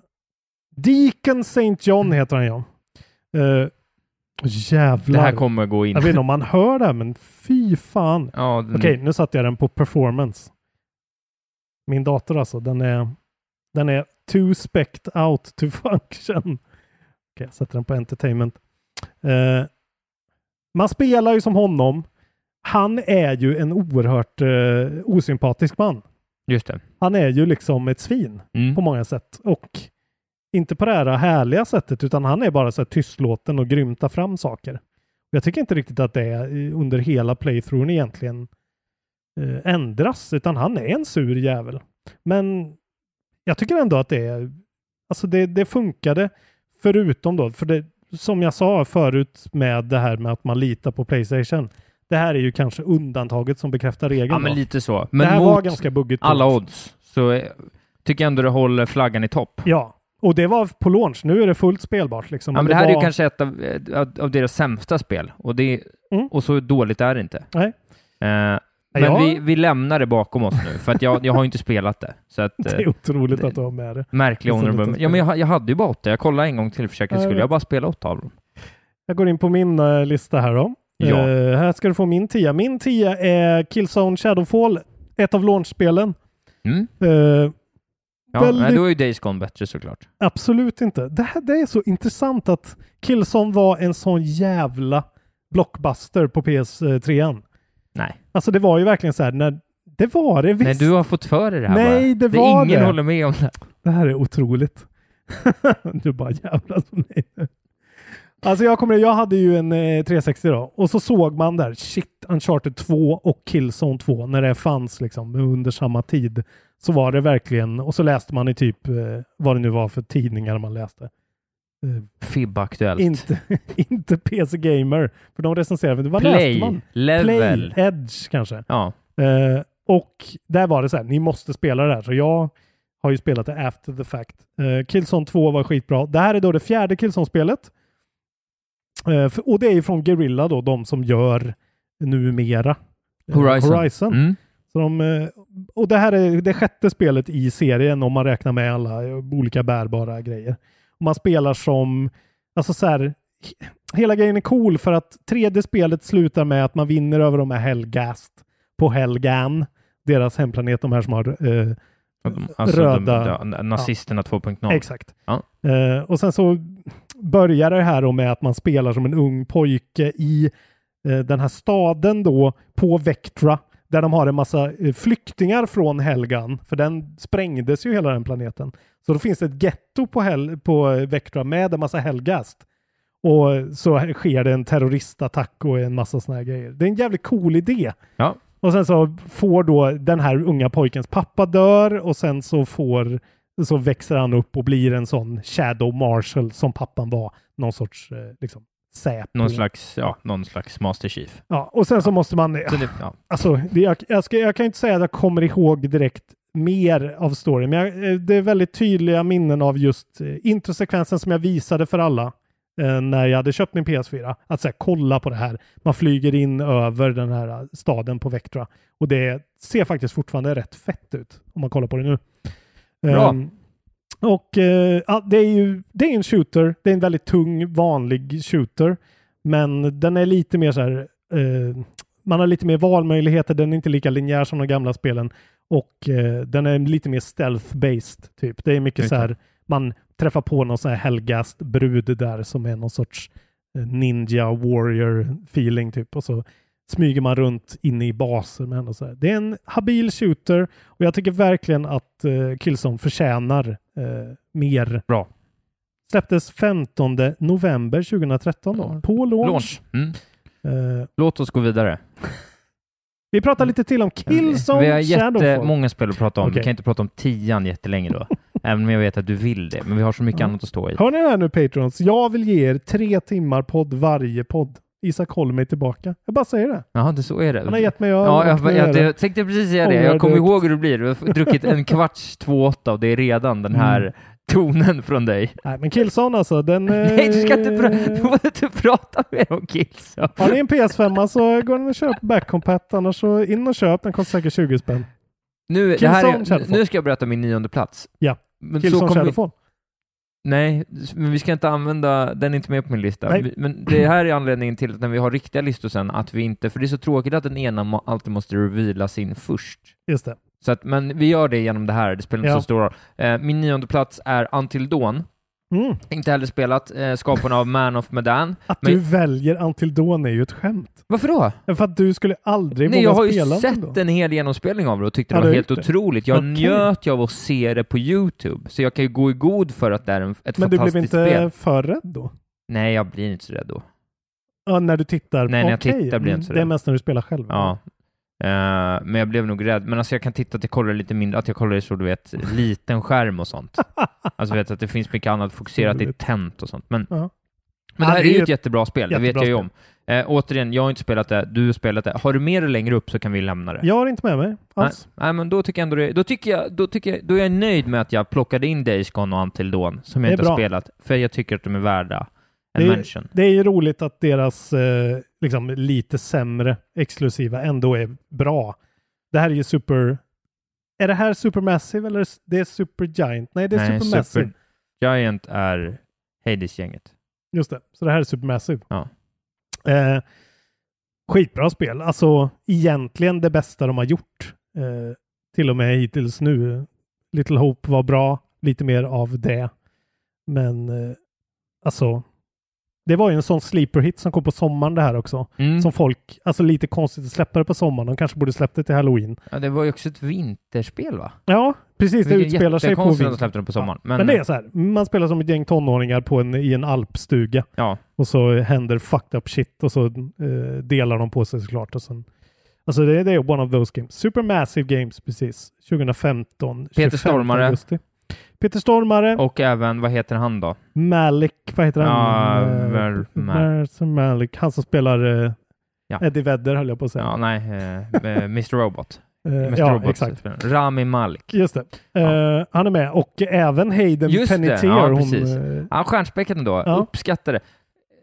Speaker 4: Deacon St. John heter han ja. Eh, jävlar.
Speaker 5: Det här kommer gå in.
Speaker 4: Jag vet inte om man hör det här, men fy fan.
Speaker 5: *laughs* Ja, den...
Speaker 4: Okej, nu satte jag den på performance. Min dator alltså, den är, den är too spec'd out to *laughs* function. Okej, jag sätter den på entertainment. Eh, man spelar ju som honom. Han är ju en oerhört eh, osympatisk man.
Speaker 5: Just det.
Speaker 4: Han är ju liksom ett svin
Speaker 5: Mm.
Speaker 4: på många sätt. Och inte på det här härliga sättet, utan han är bara så här tystlåten och grymtar fram saker. Jag tycker inte riktigt att det eh, under hela playthroughen egentligen eh, ändras, utan han är en sur jävel. Men jag tycker ändå att det är, alltså det, det funkade, förutom då, för det, som jag sa förut med det här med att man litar på Playstation. Det här är ju kanske undantaget som bekräftar regeln.
Speaker 5: Ja, men
Speaker 4: då.
Speaker 5: lite så.
Speaker 4: det här
Speaker 5: Men
Speaker 4: var
Speaker 5: mot
Speaker 4: ganska buggigt.
Speaker 5: alla odds så eh, tycker jag ändå det håller flaggan i topp.
Speaker 4: Ja, och det var på launch. Nu är det fullt spelbart. Liksom.
Speaker 5: Ja, men
Speaker 4: Men
Speaker 5: det här är ju
Speaker 4: var-
Speaker 5: kanske ett av, eh, av- av deras sämsta spel och, det,
Speaker 4: Mm.
Speaker 5: och så dåligt är det inte.
Speaker 4: Nej.
Speaker 5: Eh, men
Speaker 4: Ja.
Speaker 5: vi, vi lämnar det bakom oss nu, för att jag, jag har ju inte spelat det. Så att,
Speaker 4: *laughs* Det
Speaker 5: eh,
Speaker 4: är otroligt
Speaker 5: det-
Speaker 4: att du har med det.
Speaker 5: märklig
Speaker 4: det är så
Speaker 5: honorable.
Speaker 4: lite
Speaker 5: Ja, men jag, jag hade ju bara åtta. Jag kollade en gång till för säkerhets
Speaker 4: Ja, jag
Speaker 5: skull.
Speaker 4: vet.
Speaker 5: Jag bara spelade åtta av dem.
Speaker 4: Jag går in på min eh, lista här då.
Speaker 5: Ja.
Speaker 4: Eh, här ska du få min tia. Min tia är Killzone Shadowfall, ett av launchspelen.
Speaker 5: Mm.
Speaker 4: Eh,
Speaker 5: Ja,
Speaker 4: Väldigt-
Speaker 5: nej, Då är ju Days Gone bättre såklart.
Speaker 4: absolut inte. Det, här, det är så intressant att Killzone var en sån jävla blockbuster på PS3. an.
Speaker 5: Nej,
Speaker 4: Alltså det var ju verkligen så här, när, det var det visst.
Speaker 5: nej du har fått för dig det här
Speaker 4: Nej,
Speaker 5: bara.
Speaker 4: det var
Speaker 5: Ingen
Speaker 4: det.
Speaker 5: håller med om det.
Speaker 4: Det här är otroligt. *laughs* du bara jävlas med mig nu. Alltså jag, kommer, jag hade ju en eh, 360 då och så såg man där shit Uncharted 2 och Killzone 2 när det fanns liksom under samma tid. Så var det verkligen och så läste man i typ eh, vad det nu var för tidningar man läste.
Speaker 5: FIB-aktuellt.
Speaker 4: Inte, *laughs* inte PC Gamer för de recenserade. men Vad läste
Speaker 5: Play,
Speaker 4: man?
Speaker 5: level.
Speaker 4: Play, Edge kanske.
Speaker 5: Ja,
Speaker 4: Eh, och där var det så här, ni måste spela det här. Så jag har ju spelat det after the fact. Eh, Killzone 2 var skitbra. Det här är då det fjärde Killzone-spelet. Eh, för- och det är ju från Guerrilla då, de som gör numera eh,
Speaker 5: Horizon.
Speaker 4: Horizon.
Speaker 5: Mm.
Speaker 4: Så de, eh, och det här är det sjätte spelet i serien om man räknar med alla eh, olika bärbara grejer. Och man spelar som, alltså så här, he- hela grejen är cool för att tredje spelet slutar med att man vinner över de här Helgast på Helgan, deras hemplanet, de här som har eh,
Speaker 5: Alltså
Speaker 4: Röda.
Speaker 5: De, de, nazisterna 2.0.
Speaker 4: Exakt.
Speaker 5: Ja.
Speaker 4: Eh, och sen så börjar det här då med att man spelar som en ung pojke i eh, den här staden då på Vectra där de har en massa eh, flyktingar från Helgan, för den sprängdes ju hela den planeten. Så då finns det ett getto på, Hel- på eh, Vectra med en massa Helgast. Och eh, så här sker det en terroristattack och en massa såna här grejer. Det är en jävligt cool idé.
Speaker 5: Ja.
Speaker 4: Och sen så får då den här unga pojkens pappa dör och sen så får så växer han upp och blir en sån shadow marshal som pappan var. Någon sorts eh, liksom säpo.
Speaker 5: Någon slags, ja, någon slags master chief.
Speaker 4: Ja, och sen så måste man...
Speaker 5: Så det, ja.
Speaker 4: Alltså, det, jag, jag, ska, jag kan inte säga att jag kommer ihåg direkt mer av storyn, men jag, eh, det är väldigt tydliga minnen av just eh, introsekvensen som jag visade för alla eh, när jag hade köpt min PS4. Att så här, kolla på det här. Man flyger in över den här eh, staden på Vectra och det ser faktiskt fortfarande rätt fett ut om man kollar på det nu.
Speaker 5: Bra.
Speaker 4: Ehm, och eh, ja, det är ju det är en shooter. Det är en väldigt tung, vanlig shooter. Men den är lite mer så här... Eh, man har lite mer valmöjligheter. Den är inte lika linjär som de gamla spelen. Och eh, den är lite mer stealth-based. typ. Det är mycket
Speaker 5: Just
Speaker 4: så
Speaker 5: det.
Speaker 4: här... man träffar på någon sån här helgast brud där som är någon sorts eh, ninja warrior feeling typ och så smyger man runt inne i baser med henne och så här. Det är en habil shooter och jag tycker verkligen att eh, Killzone förtjänar eh, mer.
Speaker 5: Bra.
Speaker 4: Släpptes 15 november 2013 då,
Speaker 5: Ja.
Speaker 4: på launch.
Speaker 5: Launch. Mm.
Speaker 4: Eh,
Speaker 5: Låt oss gå vidare.
Speaker 4: vi pratar lite till om Killzone
Speaker 5: Mm. vi har
Speaker 4: Shadowfall.
Speaker 5: jättemånga spel att prata om. Vi
Speaker 4: Okej.
Speaker 5: kan inte prata om tian jättelänge
Speaker 4: *laughs*
Speaker 5: då. Även om jag vet att du vill det. Men vi har så mycket
Speaker 4: Ja.
Speaker 5: annat att stå i.
Speaker 4: Hör ni det här nu Patrons? Jag vill ge er tre timmar podd varje podd. Isak Holm är tillbaka. Jag bara säger det.
Speaker 5: Ja, det så är det.
Speaker 4: Han har gett mig öl
Speaker 5: Ja,
Speaker 4: och
Speaker 5: jag, jag,
Speaker 4: knöre.
Speaker 5: jag tänkte precis säga det.
Speaker 4: Åh,
Speaker 5: Jag
Speaker 4: vad
Speaker 5: kommer
Speaker 4: dumt.
Speaker 5: ihåg hur det blir. Du har druckit en kvarts två åtta och det är redan den här
Speaker 4: Mm.
Speaker 5: tonen från dig.
Speaker 4: Nej, men Killzone alltså.
Speaker 5: *laughs*
Speaker 4: Den,
Speaker 5: Nej, du ska inte, pra- *laughs* du
Speaker 4: eh,
Speaker 5: får inte prata mer om Killzone.
Speaker 4: Har ni en PS5 så går den och köp backcompat. Annars så in och köp. Den kostar säkert 20 spänn.
Speaker 5: Nu, det
Speaker 4: Killzone
Speaker 5: här är,
Speaker 4: Shadowfall.
Speaker 5: nu ska jag berätta min nionde plats.
Speaker 4: Ja.
Speaker 5: Men så
Speaker 4: Killzone
Speaker 5: kommer vi,
Speaker 4: Shadowfall.
Speaker 5: Nej, men vi ska inte använda, den är inte med på min lista.
Speaker 4: Nej.
Speaker 5: Vi- Men det här är anledningen till att när vi har riktiga listor sen, att vi inte, för det är så tråkigt att den ena må, alltid måste reveala sin först.
Speaker 4: Just det.
Speaker 5: Så att, men vi gör det genom det här, det spelar inte
Speaker 4: Ja.
Speaker 5: så stor roll. Eh, min nionde plats är Until Dawn.
Speaker 4: Mm.
Speaker 5: Inte heller spelat, eh, skaparna av Man of Medan.
Speaker 4: Att
Speaker 5: Men-
Speaker 4: du väljer Until Dawn är ju ett skämt.
Speaker 5: Varför då?
Speaker 4: För att du skulle aldrig
Speaker 5: Nej, jag
Speaker 4: våga
Speaker 5: har ju
Speaker 4: spela Until
Speaker 5: sett
Speaker 4: Dawn.
Speaker 5: en hel genomspelning av det och tyckte det
Speaker 4: Ja,
Speaker 5: var
Speaker 4: du har
Speaker 5: helt
Speaker 4: gjort det.
Speaker 5: otroligt. Jag
Speaker 4: Okej.
Speaker 5: njöt ju av att se det på YouTube, så jag kan ju gå i god för att det är en, ett
Speaker 4: Men du blev
Speaker 5: fantastiskt
Speaker 4: inte
Speaker 5: spel.
Speaker 4: för rädd då?
Speaker 5: Nej, jag blir inte så rädd då.
Speaker 4: Ja, när du tittar?
Speaker 5: Nej, när jag
Speaker 4: Okej. mm,
Speaker 5: tittar blir jag inte så
Speaker 4: Det är
Speaker 5: rädd.
Speaker 4: mest när du spelar själv?
Speaker 5: Ja. Eh, men jag blev nog rädd. Men alltså jag kan titta att jag kollar lite mindre, att jag kollar i så du
Speaker 4: *laughs*
Speaker 5: vet, liten skärm och sånt. Alltså vet att det finns mycket annat fokuserat, det är tänt och sånt. Men,
Speaker 4: Ja.
Speaker 5: men det
Speaker 4: Ja,
Speaker 5: här är ju ett jättebra spel, det vet
Speaker 4: jättebra
Speaker 5: jag ju om. Eh, återigen, jag har inte spelat det, du har spelat det. Har du med det längre upp så kan vi lämna det.
Speaker 4: Jag har inte med mig alls.
Speaker 5: Nej, men då tycker jag ändå det, då tycker jag, då tycker jag, då är jag nöjd med att jag plockade in Days Gone och Until Dawn, som
Speaker 4: Det är
Speaker 5: jag inte har
Speaker 4: bra.
Speaker 5: spelat, för jag tycker att de är värda
Speaker 4: Det
Speaker 5: en
Speaker 4: är-
Speaker 5: mention.
Speaker 4: Det är ju roligt att deras eh, liksom, lite sämre exklusiva ändå är bra. Det här är ju super... Är det här Supermassive eller s- det är Supergiant? Nej, det är
Speaker 5: Nej,
Speaker 4: Supermassive.
Speaker 5: Giant är Hades-gänget.
Speaker 4: Just det, så det här är Supermassive.
Speaker 5: Ja.
Speaker 4: Eh, skitbra spel. Alltså egentligen det bästa de har gjort. Eh, till och med hittills nu. Little Hope var bra, lite mer av det. Men eh, alltså, det var ju en sån sleeper hit som kom på sommaren det här också.
Speaker 5: Mm.
Speaker 4: Som folk, alltså lite konstigt att släppa det på sommaren. De kanske borde släppt det till halloween.
Speaker 5: Ja, det var ju också ett vinterspel va?
Speaker 4: Ja, precis. Det
Speaker 5: Vilket
Speaker 4: utspelar sig
Speaker 5: jättekonstigt
Speaker 4: på
Speaker 5: att de
Speaker 4: vintern.
Speaker 5: släppte den på sommaren. Men,
Speaker 4: Men det är så här, man spelar som ett gäng tonåringar på en, i en alpstuga.
Speaker 5: ja,
Speaker 4: Och så händer fucked up shit och så eh, delar de på sig såklart. Och sen, alltså det, det är one of those games. Supermassive Games, precis. 2015.
Speaker 5: Peter
Speaker 4: 25
Speaker 5: Stormare.
Speaker 4: Augusti. Peter Stormare,
Speaker 5: eh, och även, vad heter han då?
Speaker 4: Malik, vad heter han?
Speaker 5: Ja,
Speaker 4: Eh,
Speaker 5: Ver- Ma-
Speaker 4: Mer- Malik, han som spelar eh,
Speaker 5: Ja.
Speaker 4: Eddie Vedder höll jag på att säga.
Speaker 5: Ja, nej, eh,
Speaker 4: *laughs*
Speaker 5: eh, Mr Robot.
Speaker 4: Eh,
Speaker 5: Mr.
Speaker 4: ja,
Speaker 5: Robot
Speaker 4: exakt.
Speaker 5: Rami Malek.
Speaker 4: Just det. Eh, han är med och även Hayden
Speaker 5: Just det,
Speaker 4: Panettiere.
Speaker 5: ja,
Speaker 4: hon,
Speaker 5: precis.
Speaker 4: eh,
Speaker 5: Ja, stjärnspäckad ändå.
Speaker 4: Ja.
Speaker 5: Uppskattar det.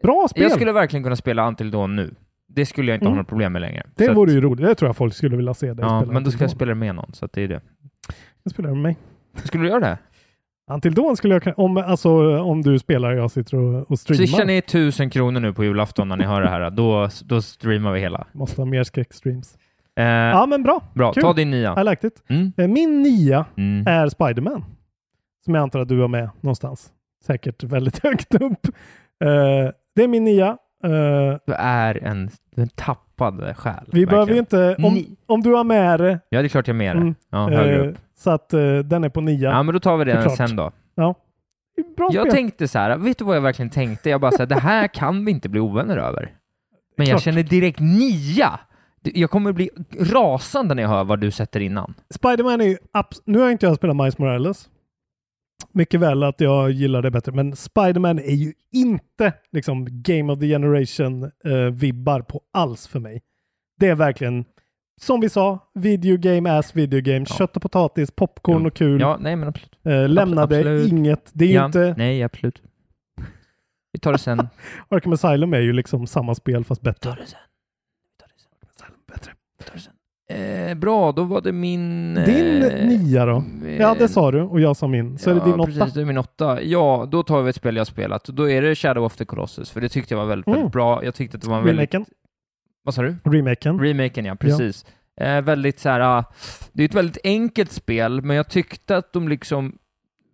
Speaker 4: bra spel!
Speaker 5: Jag skulle verkligen kunna spela Until Dawn nu. Det skulle jag inte
Speaker 4: Mm.
Speaker 5: ha några problem med längre.
Speaker 4: Det
Speaker 5: Så att-
Speaker 4: vore ju roligt. Det tror jag folk skulle vilja se dig
Speaker 5: Ja,
Speaker 4: spela.
Speaker 5: men då ska jag
Speaker 4: Antildon.
Speaker 5: spela med någon, så att det är det.
Speaker 4: Jag spelar med mig.
Speaker 5: Skulle du göra det?
Speaker 4: Antildon skulle jag kunna, om, alltså, om du spelar och jag sitter och, och streamar.
Speaker 5: Swishar ni tusen kronor nu på julafton när ni hör det här, då, då streamar vi hela.
Speaker 4: Måste ha mer skräckstreams.
Speaker 5: Eh,
Speaker 4: Ja men bra,
Speaker 5: bra,
Speaker 4: kul.
Speaker 5: ta din nia.
Speaker 4: I liked it.
Speaker 5: Mm.
Speaker 4: Eh, Min nia
Speaker 5: Mm.
Speaker 4: är Spiderman. Som jag antar att du har med någonstans. Säkert väldigt *laughs* högt upp. Eh, Det är min nia. Eh,
Speaker 5: Du är en, en tappad själ.
Speaker 4: Vi behöver
Speaker 5: verkligen.
Speaker 4: ju inte, om,
Speaker 5: Ni-
Speaker 4: om du har med det,
Speaker 5: Ja, det är klart jag är med det.
Speaker 4: Mm.
Speaker 5: Ja, högre
Speaker 4: eh,
Speaker 5: upp.
Speaker 4: så att eh, den är på nia.
Speaker 5: Ja, men då tar vi
Speaker 4: det
Speaker 5: det
Speaker 4: är klart.
Speaker 5: sen då.
Speaker 4: Bra
Speaker 5: Jag
Speaker 4: spel.
Speaker 5: tänkte så här, vet du vad jag verkligen tänkte? Jag bara så här, det här kan vi inte bli ovänner över. Men jag
Speaker 4: Klart.
Speaker 5: känner direkt nia! Du- Jag kommer bli rasande när jag hör vad du sätter innan.
Speaker 4: Spiderman är ju, abs- nu har inte jag spelat Miles Morales. Mycket väl att jag gillar det bättre, men Spiderman är ju inte liksom Game of the Generation-vibbar på alls för mig. Det är verkligen, som vi sa, videogame as videogame.
Speaker 5: Ja.
Speaker 4: Kött och potatis, popcorn
Speaker 5: Jo.
Speaker 4: och kul.
Speaker 5: Ja, nej men absolut.
Speaker 4: Eh, lämnade
Speaker 5: absolut.
Speaker 4: inget. Det är ju
Speaker 5: Ja,
Speaker 4: inte,
Speaker 5: Nej, absolut. Vi tar det
Speaker 4: *laughs*
Speaker 5: sen.
Speaker 4: Arkham Asylum är ju liksom samma spel fast
Speaker 5: Vi
Speaker 4: bättre.
Speaker 5: tar det sen. Vi tar det sen. Vi tar det sen. Eh, bra, då var det min...
Speaker 4: Din
Speaker 5: eh,
Speaker 4: nia då? Ja, det sa du och jag sa min. Så är det din åtta.
Speaker 5: precis. Det är min åtta. Ja, då tar vi ett spel jag spelat. Då är det Shadow of the Colossus, för det tyckte jag var väldigt,
Speaker 4: Mm.
Speaker 5: väldigt bra. Jag tyckte att det var en väldigt...
Speaker 4: Remaken.
Speaker 5: Vad sa du?
Speaker 4: Remaken.
Speaker 5: Remaken, Mm. ja. Precis. Eh, väldigt så här, ah, det är ett väldigt enkelt spel, men jag tyckte att de liksom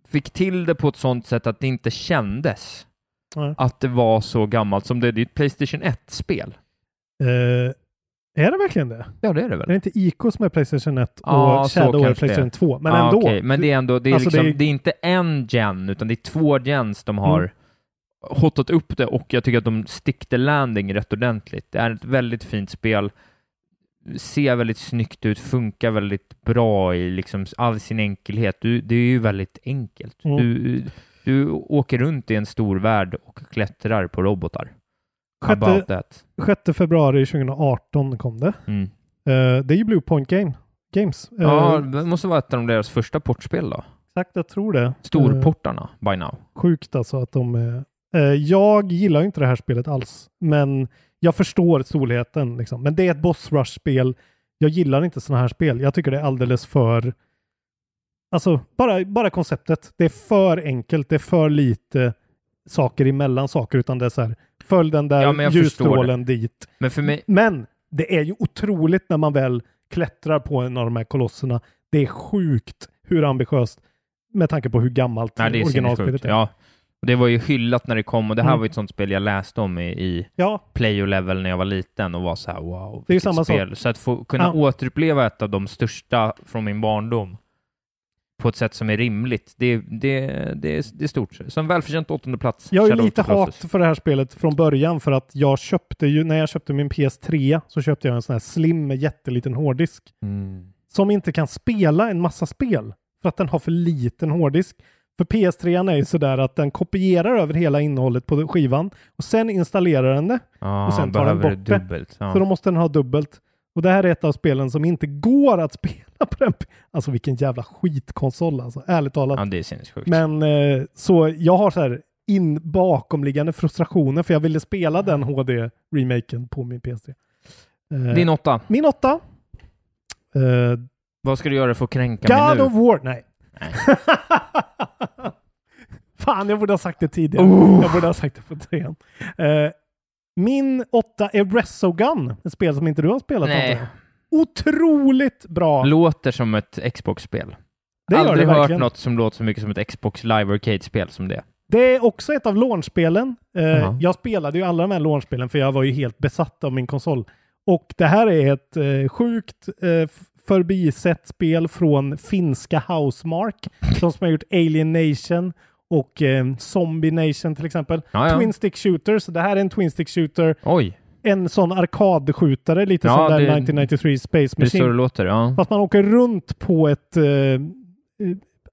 Speaker 5: fick till det på ett sånt sätt att det inte kändes
Speaker 4: Nej.
Speaker 5: att det var så gammalt som det är ditt Playstation 1-spel.
Speaker 4: Eh, är det verkligen det?
Speaker 5: Ja, det är det
Speaker 4: Det är
Speaker 5: väl?
Speaker 4: inte IK som är Playstation 1 och
Speaker 5: Ja, så
Speaker 4: Shadow är
Speaker 5: kanske det är.
Speaker 4: Playstation 2. Men
Speaker 5: Ah,
Speaker 4: ändå.
Speaker 5: okej. Men det är ändå, det är,
Speaker 4: Alltså,
Speaker 5: liksom,
Speaker 4: det
Speaker 5: det
Speaker 4: är-
Speaker 5: är... inte en gen, utan det är två gens de har
Speaker 4: Mm.
Speaker 5: hotat upp det och jag tycker att de stick the landing rätt ordentligt. Det är ett väldigt fint spel, ser väldigt snyggt ut, funkar väldigt bra i liksom all sin enkelhet. Du, det är ju väldigt enkelt.
Speaker 4: Mm.
Speaker 5: Du, du åker runt i en stor värld och klättrar på robotar.
Speaker 4: Sjätte,
Speaker 5: About that.
Speaker 4: 6 februari 2018 kom det.
Speaker 5: Mm.
Speaker 4: Eh, det är ju Bluepoint Game. Games. Eh,
Speaker 5: Ja, det måste vara ett av deras första portspel då.
Speaker 4: Exakt, jag tror det. Eh,
Speaker 5: Storportarna, by now.
Speaker 4: sjukt alltså att de är... Eh, jag gillar ju inte det här spelet alls, men jag förstår storheten. Liksom. Men det är ett boss rush-spel. Jag gillar inte sådana här spel. Jag tycker det är alldeles för... Alltså, bara, bara konceptet. Det är för enkelt. Det är för lite saker emellan saker, utan det är så här, följ den där
Speaker 5: Ja, men jag
Speaker 4: ljusstrålen dit.
Speaker 5: Men för mig,
Speaker 4: Men det är ju otroligt när man väl klättrar på en av de här kolosserna. Det är sjukt hur ambitiöst med tanke på hur gammalt
Speaker 5: Nej, det är
Speaker 4: originalspelet
Speaker 5: sinnessjukt.
Speaker 4: är.
Speaker 5: Ja. Och Det var ju hyllat när det kom och det här
Speaker 4: Mm.
Speaker 5: var ju ett sånt spel jag läste om i, i
Speaker 4: ja,
Speaker 5: Play och Level när jag var liten och var så här wow.
Speaker 4: Det är ju
Speaker 5: vilket
Speaker 4: samma sak.
Speaker 5: spel. Så att få, kunna
Speaker 4: Ja.
Speaker 5: återuppleva ett av de största från min barndom på ett sätt som är rimligt, det, det, det, är, det är stort. Så en välförtjänt åttonde plats.
Speaker 4: Jag har ju
Speaker 5: Shadow of
Speaker 4: lite
Speaker 5: the
Speaker 4: hat
Speaker 5: Colossus.
Speaker 4: för det här spelet från början för att jag köpte ju, när jag köpte min PS3 så köpte jag en sån här slim med jätteliten hårddisk
Speaker 5: Mm.
Speaker 4: som inte kan spela en massa spel för att den har för liten hårddisk. För PS3 är ju sådär att den kopierar över hela innehållet på skivan och sen installerar den det
Speaker 5: Ja,
Speaker 4: Och sen tar den
Speaker 5: behöver
Speaker 4: bort
Speaker 5: det
Speaker 4: det.
Speaker 5: dubbelt. Ja.
Speaker 4: så då måste den ha dubbelt. Och det här är ett av spelen som inte går att *laughs* spela på den. Alltså vilken jävla skitkonsol alltså, ärligt talat.
Speaker 5: ja, det är sinnessjukt.
Speaker 4: Men eh, så jag har så här in bakomliggande frustrationer för jag ville spela den HD-remaken på min PS3. Eh,
Speaker 5: Din åtta.
Speaker 4: min åtta. Eh,
Speaker 5: Vad ska du göra för att kränka mig
Speaker 4: God
Speaker 5: nu?
Speaker 4: of War. Nej.
Speaker 5: Nej.
Speaker 4: *laughs* Fan, jag borde ha sagt det tidigare. Jag borde ha sagt det på trean. Eh, min åtta är Resogun, ett spel som inte du har spelat
Speaker 5: Nej.
Speaker 4: antar jag. Otroligt bra.
Speaker 5: Låter som ett Xbox-spel.
Speaker 4: det gör
Speaker 5: Aldrig
Speaker 4: det
Speaker 5: hört
Speaker 4: verkligen.
Speaker 5: något som låter så mycket som ett Xbox Live Arcade-spel som det.
Speaker 4: Det är också ett av launchspelen. Eh,
Speaker 5: Ja.
Speaker 4: Jag spelade ju alla de här launchspelen för jag var ju helt besatt av min konsol. Och det här är ett eh, sjukt eh, f- förbisett spel från finska Housemark de som har gjort Alien Nation och eh, Zombie Nation till exempel.
Speaker 5: Ja, ja.
Speaker 4: Twin Stick Shooter, så det här är en Twin Stick Shooter.
Speaker 5: Oj,
Speaker 4: En sån arkadskjutare, lite
Speaker 5: Ja,
Speaker 4: som där
Speaker 5: det-
Speaker 4: 1993 Space
Speaker 5: det är så det
Speaker 4: Machine.
Speaker 5: låter. Ja.
Speaker 4: Fast man åker runt på ett... Eh, eh,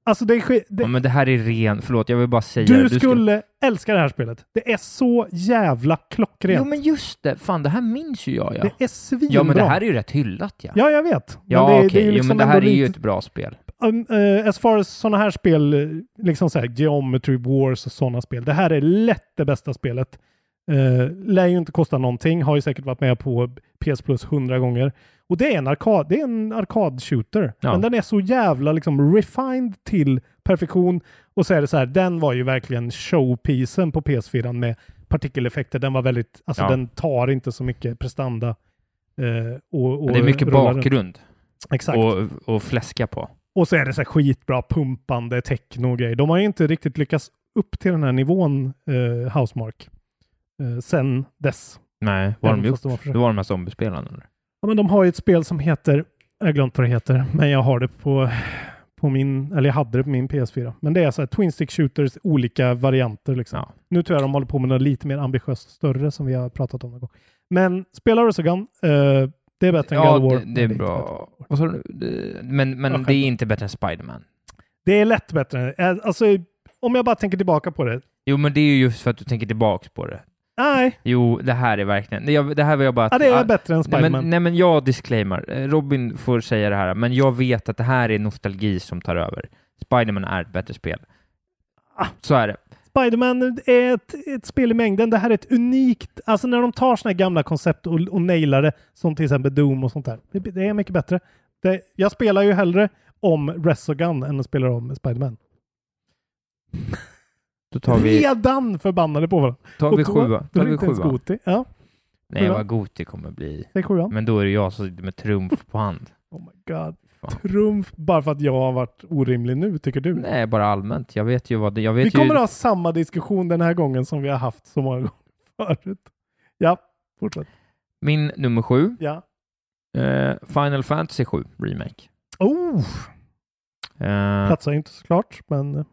Speaker 4: alltså det är... ske- Det,
Speaker 5: ja, men det här är ren... Förlåt, jag vill bara säga det.
Speaker 4: du skulle älska det här spelet. Det är så jävla klockrent.
Speaker 5: Jo, men just det. Fan, det här minns ju jag. Ja,
Speaker 4: Det är svinbra.
Speaker 5: ja men det här är ju rätt hyllat. Ja,
Speaker 4: Ja, jag vet. Men
Speaker 5: ja
Speaker 4: det,
Speaker 5: okej.
Speaker 4: det är ju
Speaker 5: jo, men
Speaker 4: liksom
Speaker 5: det här
Speaker 4: ändå
Speaker 5: är ju
Speaker 4: lite-
Speaker 5: ett bra spel.
Speaker 4: Um, eh, as far as sådana här spel, eh, liksom så här Geometry Wars och sådana spel. Det här är lätt det bästa spelet. Uh, lär ju inte kosta någonting. Har ju säkert varit med på PS Plus hundra gånger. Och det är en arkad, det är en arkad-shooter.
Speaker 5: Ja.
Speaker 4: Men den är så jävla liksom refined till perfektion. Och så är det så här, den var ju verkligen showpiecen på PS4 med partikeleffekter. Den var väldigt, alltså
Speaker 5: Ja.
Speaker 4: den tar inte så mycket prestanda. eh, och, och
Speaker 5: Men det är mycket
Speaker 4: rullar runt.
Speaker 5: bakgrund
Speaker 4: Exakt.
Speaker 5: och, och fläska på.
Speaker 4: Och så är det så här skitbra pumpande techno och grejer. De har ju inte riktigt lyckats upp till den här nivån, eh, Housemark, eh, sen dess.
Speaker 5: Nej, vad har de
Speaker 4: Även
Speaker 5: gjort?
Speaker 4: fast de har försökt.
Speaker 5: Det var de här zombiespelen. eller?
Speaker 4: Ja, men de har ju ett spel som heter, jag har glömt vad det heter, men jag har det på, på min, eller jag hade det på min PS4. Men det är så här Twin Stick Shooters, olika varianter liksom.
Speaker 5: Ja.
Speaker 4: Nu tror jag de håller på med något lite mer ambitiöst större som vi har pratat om någon gång. Men spela Resogun, eh, det är bättre än
Speaker 5: Ja,
Speaker 4: God of War.
Speaker 5: det,
Speaker 4: men
Speaker 5: det är
Speaker 4: inte bättre.
Speaker 5: bra. Och så, det- men men
Speaker 4: Ja,
Speaker 5: det är inte bättre än Spiderman.
Speaker 4: Det är lätt bättre. Eh, Alltså, om jag bara tänker tillbaka på det.
Speaker 5: Jo, men det är ju just för att du tänker tillbaks på det.
Speaker 4: Nej,
Speaker 5: Jo, det här är verkligen... Det, jag, det här vill jag bara...
Speaker 4: Ja, det är
Speaker 5: Ah,
Speaker 4: bättre än
Speaker 5: Nej
Speaker 4: Spiderman.
Speaker 5: men, nej men jag disclaimar. Eh, Robin får säga det här, men jag vet att det här är nostalgi som tar över. Spiderman är ett bättre spel. Så är det.
Speaker 4: Spiderman är ett, ett spel i mängden. Det här är ett unikt... Alltså när de tar såna här gamla koncept och, och nailar det, som till exempel Doom och sånt där. Det, det är mycket bättre. Det, jag spelar ju hellre om Resogun än att spela om Spiderman.
Speaker 5: Då tar vi,
Speaker 4: Redan förbannade på varandra.
Speaker 5: tar
Speaker 4: Och
Speaker 5: vi
Speaker 4: då-
Speaker 5: sjua.
Speaker 4: Då
Speaker 5: Tar
Speaker 4: är det
Speaker 5: vi
Speaker 4: inte ens
Speaker 5: sjua.
Speaker 4: Goti. Ja,
Speaker 5: Nej,
Speaker 4: sjua.
Speaker 5: vad god det kommer bli.
Speaker 4: det är sjuan.
Speaker 5: Men då är det jag som sitter med trumf på hand.
Speaker 4: Oh my god.
Speaker 5: Ja.
Speaker 4: trumf bara för att jag har varit orimlig nu, tycker du?
Speaker 5: Nej, bara allmänt. Jag vet ju vad det... Jag vet
Speaker 4: Vi kommer
Speaker 5: ju...
Speaker 4: ha samma diskussion den här gången som vi har haft så många gånger *laughs* förut. Ja, fortsätt.
Speaker 5: Min nummer sju,
Speaker 4: Ja.
Speaker 5: eh, Final Fantasy 7 Remake.
Speaker 4: Oh,
Speaker 5: Eh,
Speaker 4: platsar ju inte såklart, men eh,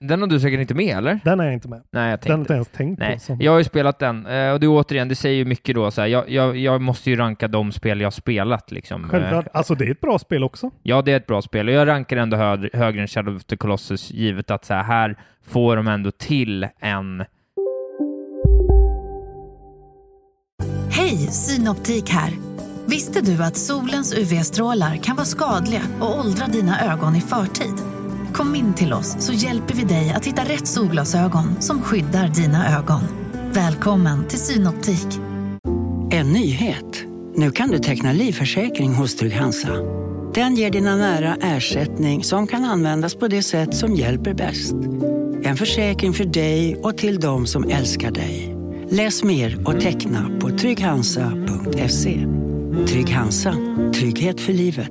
Speaker 5: den har du säkert inte med, eller?
Speaker 4: den är jag inte med.
Speaker 5: Nej, jag
Speaker 4: Den har jag
Speaker 5: tänkte.
Speaker 4: inte ens tänkt
Speaker 5: Nej,
Speaker 4: på. Som...
Speaker 5: jag har ju spelat den. Eh, och det är återigen, det säger ju mycket då. Så här, jag, jag, jag måste ju ranka de spel jag har spelat. Liksom.
Speaker 4: Självklart.
Speaker 5: Eh,
Speaker 4: Alltså det är ett bra spel också.
Speaker 5: Ja, det är ett bra spel och jag rankar ändå hö- högre än Shadow of the Colossus givet att så här, här får de ändå till en...
Speaker 1: Hej, Synoptik här. Visste du att solens UV-strålar kan vara skadliga och åldra dina ögon i förtid? Kom in till oss så hjälper vi dig att hitta rätt solglasögon som skyddar dina ögon. Välkommen till Synoptik.
Speaker 6: En nyhet. Nu kan du teckna livförsäkring hos Trygg-Hansa. Den ger dina nära ersättning som kan användas på det sätt som hjälper bäst. En försäkring för dig och till de som älskar dig. Läs mer och teckna på trygghansa.se. Trygg-Hansa. Trygghet för livet.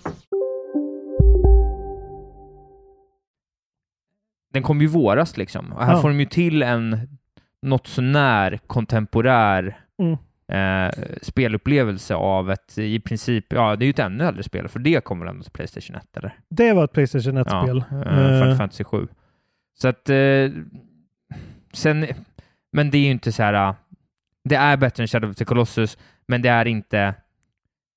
Speaker 5: Den kom ju i våras liksom. Och här
Speaker 4: Ja.
Speaker 5: får de ju till en något sånär kontemporär
Speaker 4: Mm.
Speaker 5: eh, spelupplevelse av ett i princip, ja det är ju ett ännu äldre spel, för det kommer väl ändå till Playstation 1 eller?
Speaker 4: Det var ett Playstation 1-spel.
Speaker 5: Ja, eh,
Speaker 4: Eh,
Speaker 5: Final Fantasy 7. Så att... Eh, sen, men det är ju inte så här... eh, Det är bättre än Shadow of the Colossus, men det är inte...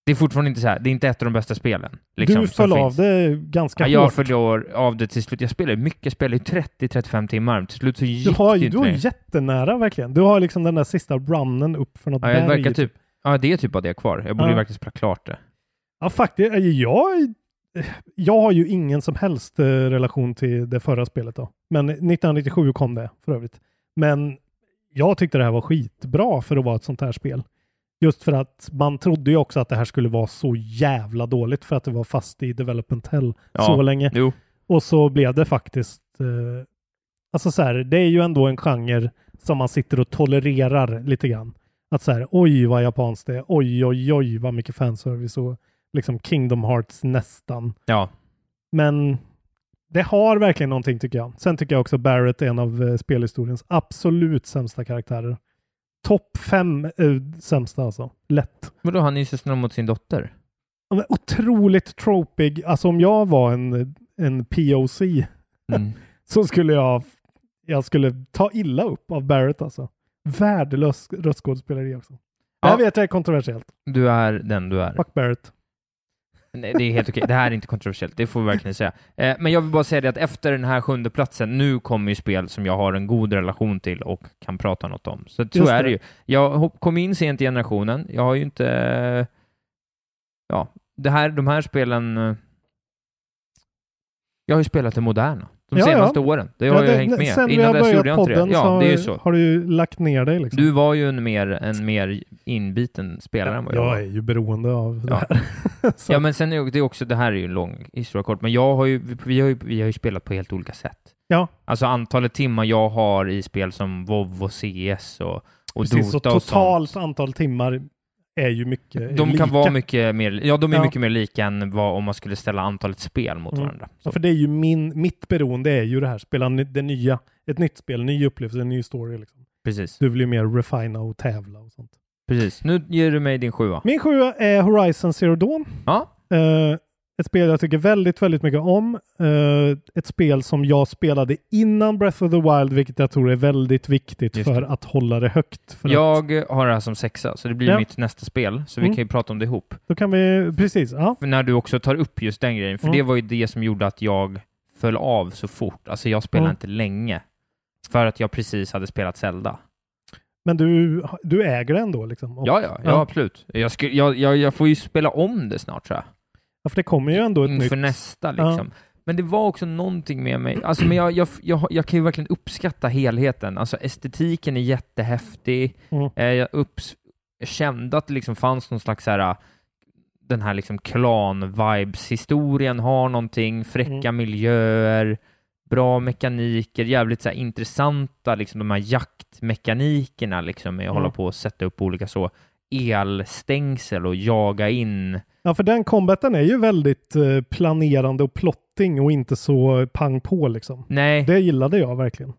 Speaker 5: Det är fortfarande inte så här, det är inte ett av de bästa spelen. Liksom,
Speaker 4: du
Speaker 5: som
Speaker 4: föll av
Speaker 5: finns.
Speaker 4: det ganska
Speaker 5: Ja, jag
Speaker 4: hårt.
Speaker 5: föll ju av det till slut. Jag spelar ju mycket, jag spelar ju 30-35 timmar. Till slut så gick
Speaker 4: Du har,
Speaker 5: det ju
Speaker 4: ju-
Speaker 5: inte
Speaker 4: du har
Speaker 5: mer.
Speaker 4: jättenära verkligen. Du har liksom den där sista runnen upp för något
Speaker 5: ja, jag
Speaker 4: berg.
Speaker 5: verkar typ, ja, det är typ bara det kvar. Jag borde
Speaker 4: Ja.
Speaker 5: ju verkligen spela klart det.
Speaker 4: Ja, faktiskt. eh, Jag, jag har ju ingen som helst eh, relation till det förra spelet då. Men 1997 kom det för övrigt. Men jag tyckte det här var skitbra för att vara ett sånt här spel. Just för att man trodde ju också att det här skulle vara så jävla dåligt för att det var fast i development hell
Speaker 5: Ja.
Speaker 4: så länge.
Speaker 5: Jo.
Speaker 4: Och så blev det faktiskt... Eh, alltså så här, det är ju ändå en genre som man sitter och tolererar lite grann. Att så här, oj vad japanskt det är, oj oj oj vad mycket fanservice och liksom Kingdom Hearts nästan.
Speaker 5: Ja.
Speaker 4: Men det har verkligen någonting tycker jag. Sen tycker jag också Barrett är en av eh, spelhistoriens absolut sämsta karaktärer. Topp fem eh, sämsta alltså. Lätt.
Speaker 5: Men då han är ju så snäll mot sin
Speaker 4: *laughs*
Speaker 5: dotter.
Speaker 4: Ja, men Otroligt tropig. Alltså om jag var en, en POC
Speaker 5: Mm.
Speaker 4: så skulle jag, jag skulle ta illa upp av Barrett alltså. Värdelös röstskådespeleri också. Det här
Speaker 5: Ja.
Speaker 4: vet jag är kontroversiellt.
Speaker 5: Du är den du är.
Speaker 4: Fuck Barrett.
Speaker 5: Nej, det är helt okej. Det här är inte kontroversiellt, det får vi verkligen säga. Eh, men jag vill bara säga det att efter den här sjunde platsen, nu kommer ju spel som jag har en god relation till och kan prata något om. Så så
Speaker 4: Just
Speaker 5: är
Speaker 4: det.
Speaker 5: det ju. Jag hop- kom in sent i generationen. Jag har ju inte... eh, Ja, det här, de här spelen... eh, Jag har ju spelat det moderna de
Speaker 4: Ja, ja.
Speaker 5: senaste åren. Det har
Speaker 4: Ja,
Speaker 5: jag ju
Speaker 4: det-
Speaker 5: hängt med.
Speaker 4: Sen vi
Speaker 5: Innan
Speaker 4: har
Speaker 5: dess
Speaker 4: börjat
Speaker 5: gjorde jag inte
Speaker 4: podden
Speaker 5: det. Ja,
Speaker 4: så,
Speaker 5: det är ju så.
Speaker 4: har du ju lagt ner dig liksom.
Speaker 5: Du var ju en mer, en mer inbiten spelare än vad jag var.
Speaker 4: jag är ju beroende av det
Speaker 5: Ja.
Speaker 4: här. så,
Speaker 5: Ja, men sen är det också, det här är ju en lång historia kort, men jag har ju, vi, har ju, vi har ju spelat på helt olika sätt.
Speaker 4: Ja.
Speaker 5: Alltså antalet timmar jag har i spel som WoW och CS och, och
Speaker 4: precis, så
Speaker 5: Dota och sånt.
Speaker 4: totalt antal timmar är ju mycket är
Speaker 5: De
Speaker 4: lika.
Speaker 5: kan vara mycket mer, ja de är
Speaker 4: Ja.
Speaker 5: mycket mer lika än vad, om man skulle ställa antalet spel mot
Speaker 4: Mm.
Speaker 5: varandra.
Speaker 4: Ja, För det är ju min, mitt beroende är ju det här, spela ny- det nya, ett nytt spel, ny upplevelse, en ny story liksom.
Speaker 5: Precis,
Speaker 4: Du vill ju mer refina och tävla och sånt.
Speaker 5: precis. Nu ger du mig din sjua.
Speaker 4: Min sjua är Horizon Zero Dawn.
Speaker 5: Ja.
Speaker 4: Eh, ett spel jag tycker väldigt, väldigt mycket om. Eh, ett spel som jag spelade innan Breath of the Wild, vilket jag tror är väldigt viktigt
Speaker 5: Just
Speaker 4: för
Speaker 5: det.
Speaker 4: att hålla det högt. För att,
Speaker 5: Jag har det här som sexa, så det blir
Speaker 4: Ja.
Speaker 5: mitt nästa spel, så vi
Speaker 4: Mm.
Speaker 5: kan ju prata om det ihop.
Speaker 4: då kan vi, precis, ja.
Speaker 5: För när du också tar upp just den grejen, för
Speaker 4: Mm.
Speaker 5: det var ju det som gjorde att jag föll av så fort. Alltså jag spelade
Speaker 4: Mm.
Speaker 5: inte länge, för att jag precis hade spelat Zelda.
Speaker 4: Men du, du äger det ändå liksom. Och-
Speaker 5: Ja, ja, ja,
Speaker 4: Ja.
Speaker 5: absolut. Jag, skulle, jag, jag, jag får ju spela om det snart tror jag.
Speaker 4: Ja, för det kommer ju ändå ett
Speaker 5: inför
Speaker 4: nytt.
Speaker 5: Mm, nästa
Speaker 4: Ja.
Speaker 5: liksom. Men det var också någonting med mig, alltså, men jag, jag, jag, jag kan ju verkligen uppskatta helheten. Alltså estetiken är jättehäftig.
Speaker 4: Mm.
Speaker 5: Eh, jag upps- jag kände att det liksom fanns någon slags så här, den här liksom klan-vibes-historien har någonting, fräcka
Speaker 4: Mm.
Speaker 5: miljöer, bra mekaniker, jävligt så här intressanta, liksom de här jaktmekanikerna liksom, med att
Speaker 4: Mm.
Speaker 5: hålla på och sätta upp olika så elstängsel och jaga in
Speaker 4: Ja, för den combaten är ju väldigt eh, planerande och plotting och inte så pang på liksom.
Speaker 5: Nej,
Speaker 4: Det gillade jag verkligen.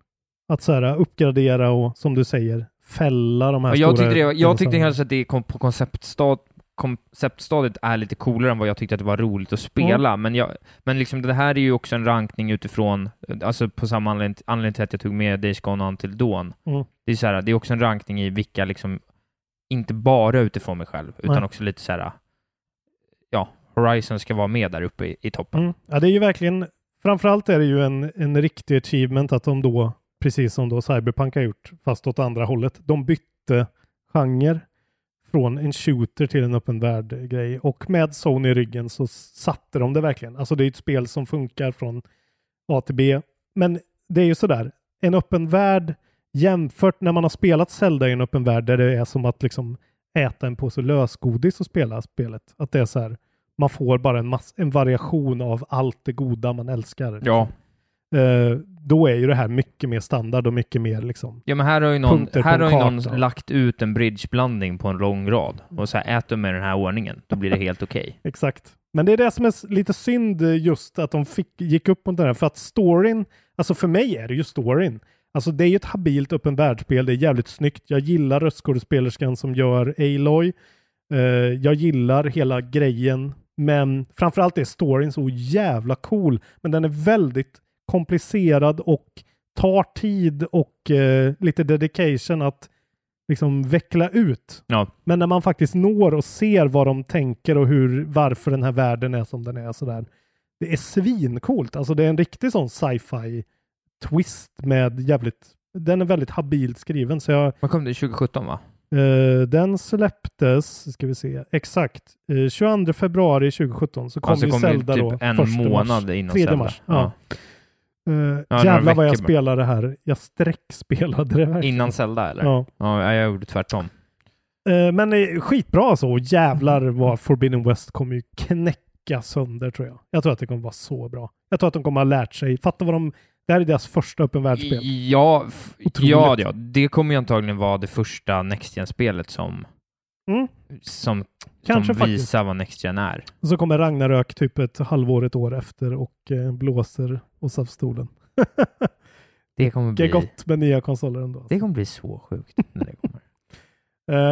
Speaker 4: Att så här, uppgradera och som du säger fälla de här
Speaker 5: och jag
Speaker 4: stora
Speaker 5: tyckte, det, jag tyckte
Speaker 4: dinosaurierna.
Speaker 5: helst att det kom på konceptstad, konceptstadiet är lite coolare än vad jag tyckte att det var roligt att
Speaker 4: Mm.
Speaker 5: spela, men, jag, men liksom det här är ju också en rankning utifrån, alltså på samma anledning, anledning till att jag tog med Days Gone Until Dawn.
Speaker 4: Mm.
Speaker 5: Det, är så här, det är också en rankning i vilka, liksom, inte bara utifrån mig själv, utan
Speaker 4: Nej.
Speaker 5: också lite så här, ja, Horizon ska vara med där uppe i, i toppen.
Speaker 4: Mm. Ja, det är ju verkligen, framförallt är det ju en, en riktig achievement att de då, precis som då Cyberpunk har gjort, fast åt andra hållet, de bytte genre från en shooter till en öppen värld-grej. Och med Sony i ryggen så satte de det verkligen. Alltså det är ett spel som funkar från A till B. Men det är ju sådär, en öppen värld jämfört när man har spelat Zelda i en öppen värld där det är som att liksom äta en påse lösgodis och spela spelet. Att det är så här, man får bara en, mass- en variation av allt det goda man älskar.
Speaker 5: Ja.
Speaker 4: Eh, då är ju det här mycket mer standard och mycket mer liksom.
Speaker 5: Ja men här har ju någon,
Speaker 4: Punkter på
Speaker 5: här
Speaker 4: en
Speaker 5: har ju någon
Speaker 4: karta.
Speaker 5: lät ut en bridgeblandning på en lång rad och så här, ät dem med den här ordningen, då blir det helt okej.
Speaker 4: Exakt. Men det är det som är s- lite synd eh, just att de fick, gick upp mot den här. För att storyn, alltså för mig är det ju storyn. Alltså det är ju ett habilt öppen världsspel, det är jävligt snyggt. Jag gillar röstskådespelerskan som gör Aloy. Eh, jag gillar hela grejen. Men framförallt är storyn så jävla cool. Men den är väldigt komplicerad och tar tid och eh, lite dedication att liksom veckla ut.
Speaker 5: Ja.
Speaker 4: Men när man faktiskt når och ser vad de tänker och hur, varför den här världen är som den är sådär. Det är svincoolt. Alltså det är en riktig sån sci-fi twist med jävligt, den är väldigt habilt skriven så jag
Speaker 5: Vad kom det? 2017 va?
Speaker 4: Eh, den släpptes, ska vi se, exakt, eh, 22 februari 2017 så kom
Speaker 5: Alltså,
Speaker 4: ju
Speaker 5: kom ju
Speaker 4: Zelda
Speaker 5: typ
Speaker 4: då.
Speaker 5: en
Speaker 4: första
Speaker 5: månad innan
Speaker 4: 3
Speaker 5: Zelda.
Speaker 4: Mars,
Speaker 5: Ja.
Speaker 4: ja. Eh,
Speaker 5: några
Speaker 4: jävlar vad jag
Speaker 5: veckor bara.
Speaker 4: spelade det här. Jag sträckspelade det verkligen.
Speaker 5: Innan Zelda eller?
Speaker 4: Ja.
Speaker 5: ja, jag gjorde tvärtom.
Speaker 4: Eh, men eh, skitbra alltså. Och jävlar
Speaker 5: Mm.
Speaker 4: vad Forbidden West kommer ju knäcka sönder tror jag. Jag tror att det kommer vara så bra. Jag tror att de kommer ha lärt sig. Fatta vad de... Det här är deras första öppen världsspel.
Speaker 5: Ja, f-
Speaker 4: Otroligt.
Speaker 5: ja, ja, det kommer ju antagligen vara det första Next Gen-spelet som,
Speaker 4: Mm.
Speaker 5: som,
Speaker 4: Kanske
Speaker 5: som
Speaker 4: faktiskt.
Speaker 5: visar vad Next Gen är.
Speaker 4: Och så kommer Ragnarök typ ett halvår, ett år efter och eh, blåser oss av stolen.
Speaker 5: Det kommer
Speaker 4: Det är
Speaker 5: bli,
Speaker 4: gott med nya konsoler ändå.
Speaker 5: det kommer bli så sjukt när det
Speaker 4: *laughs*
Speaker 5: kommer.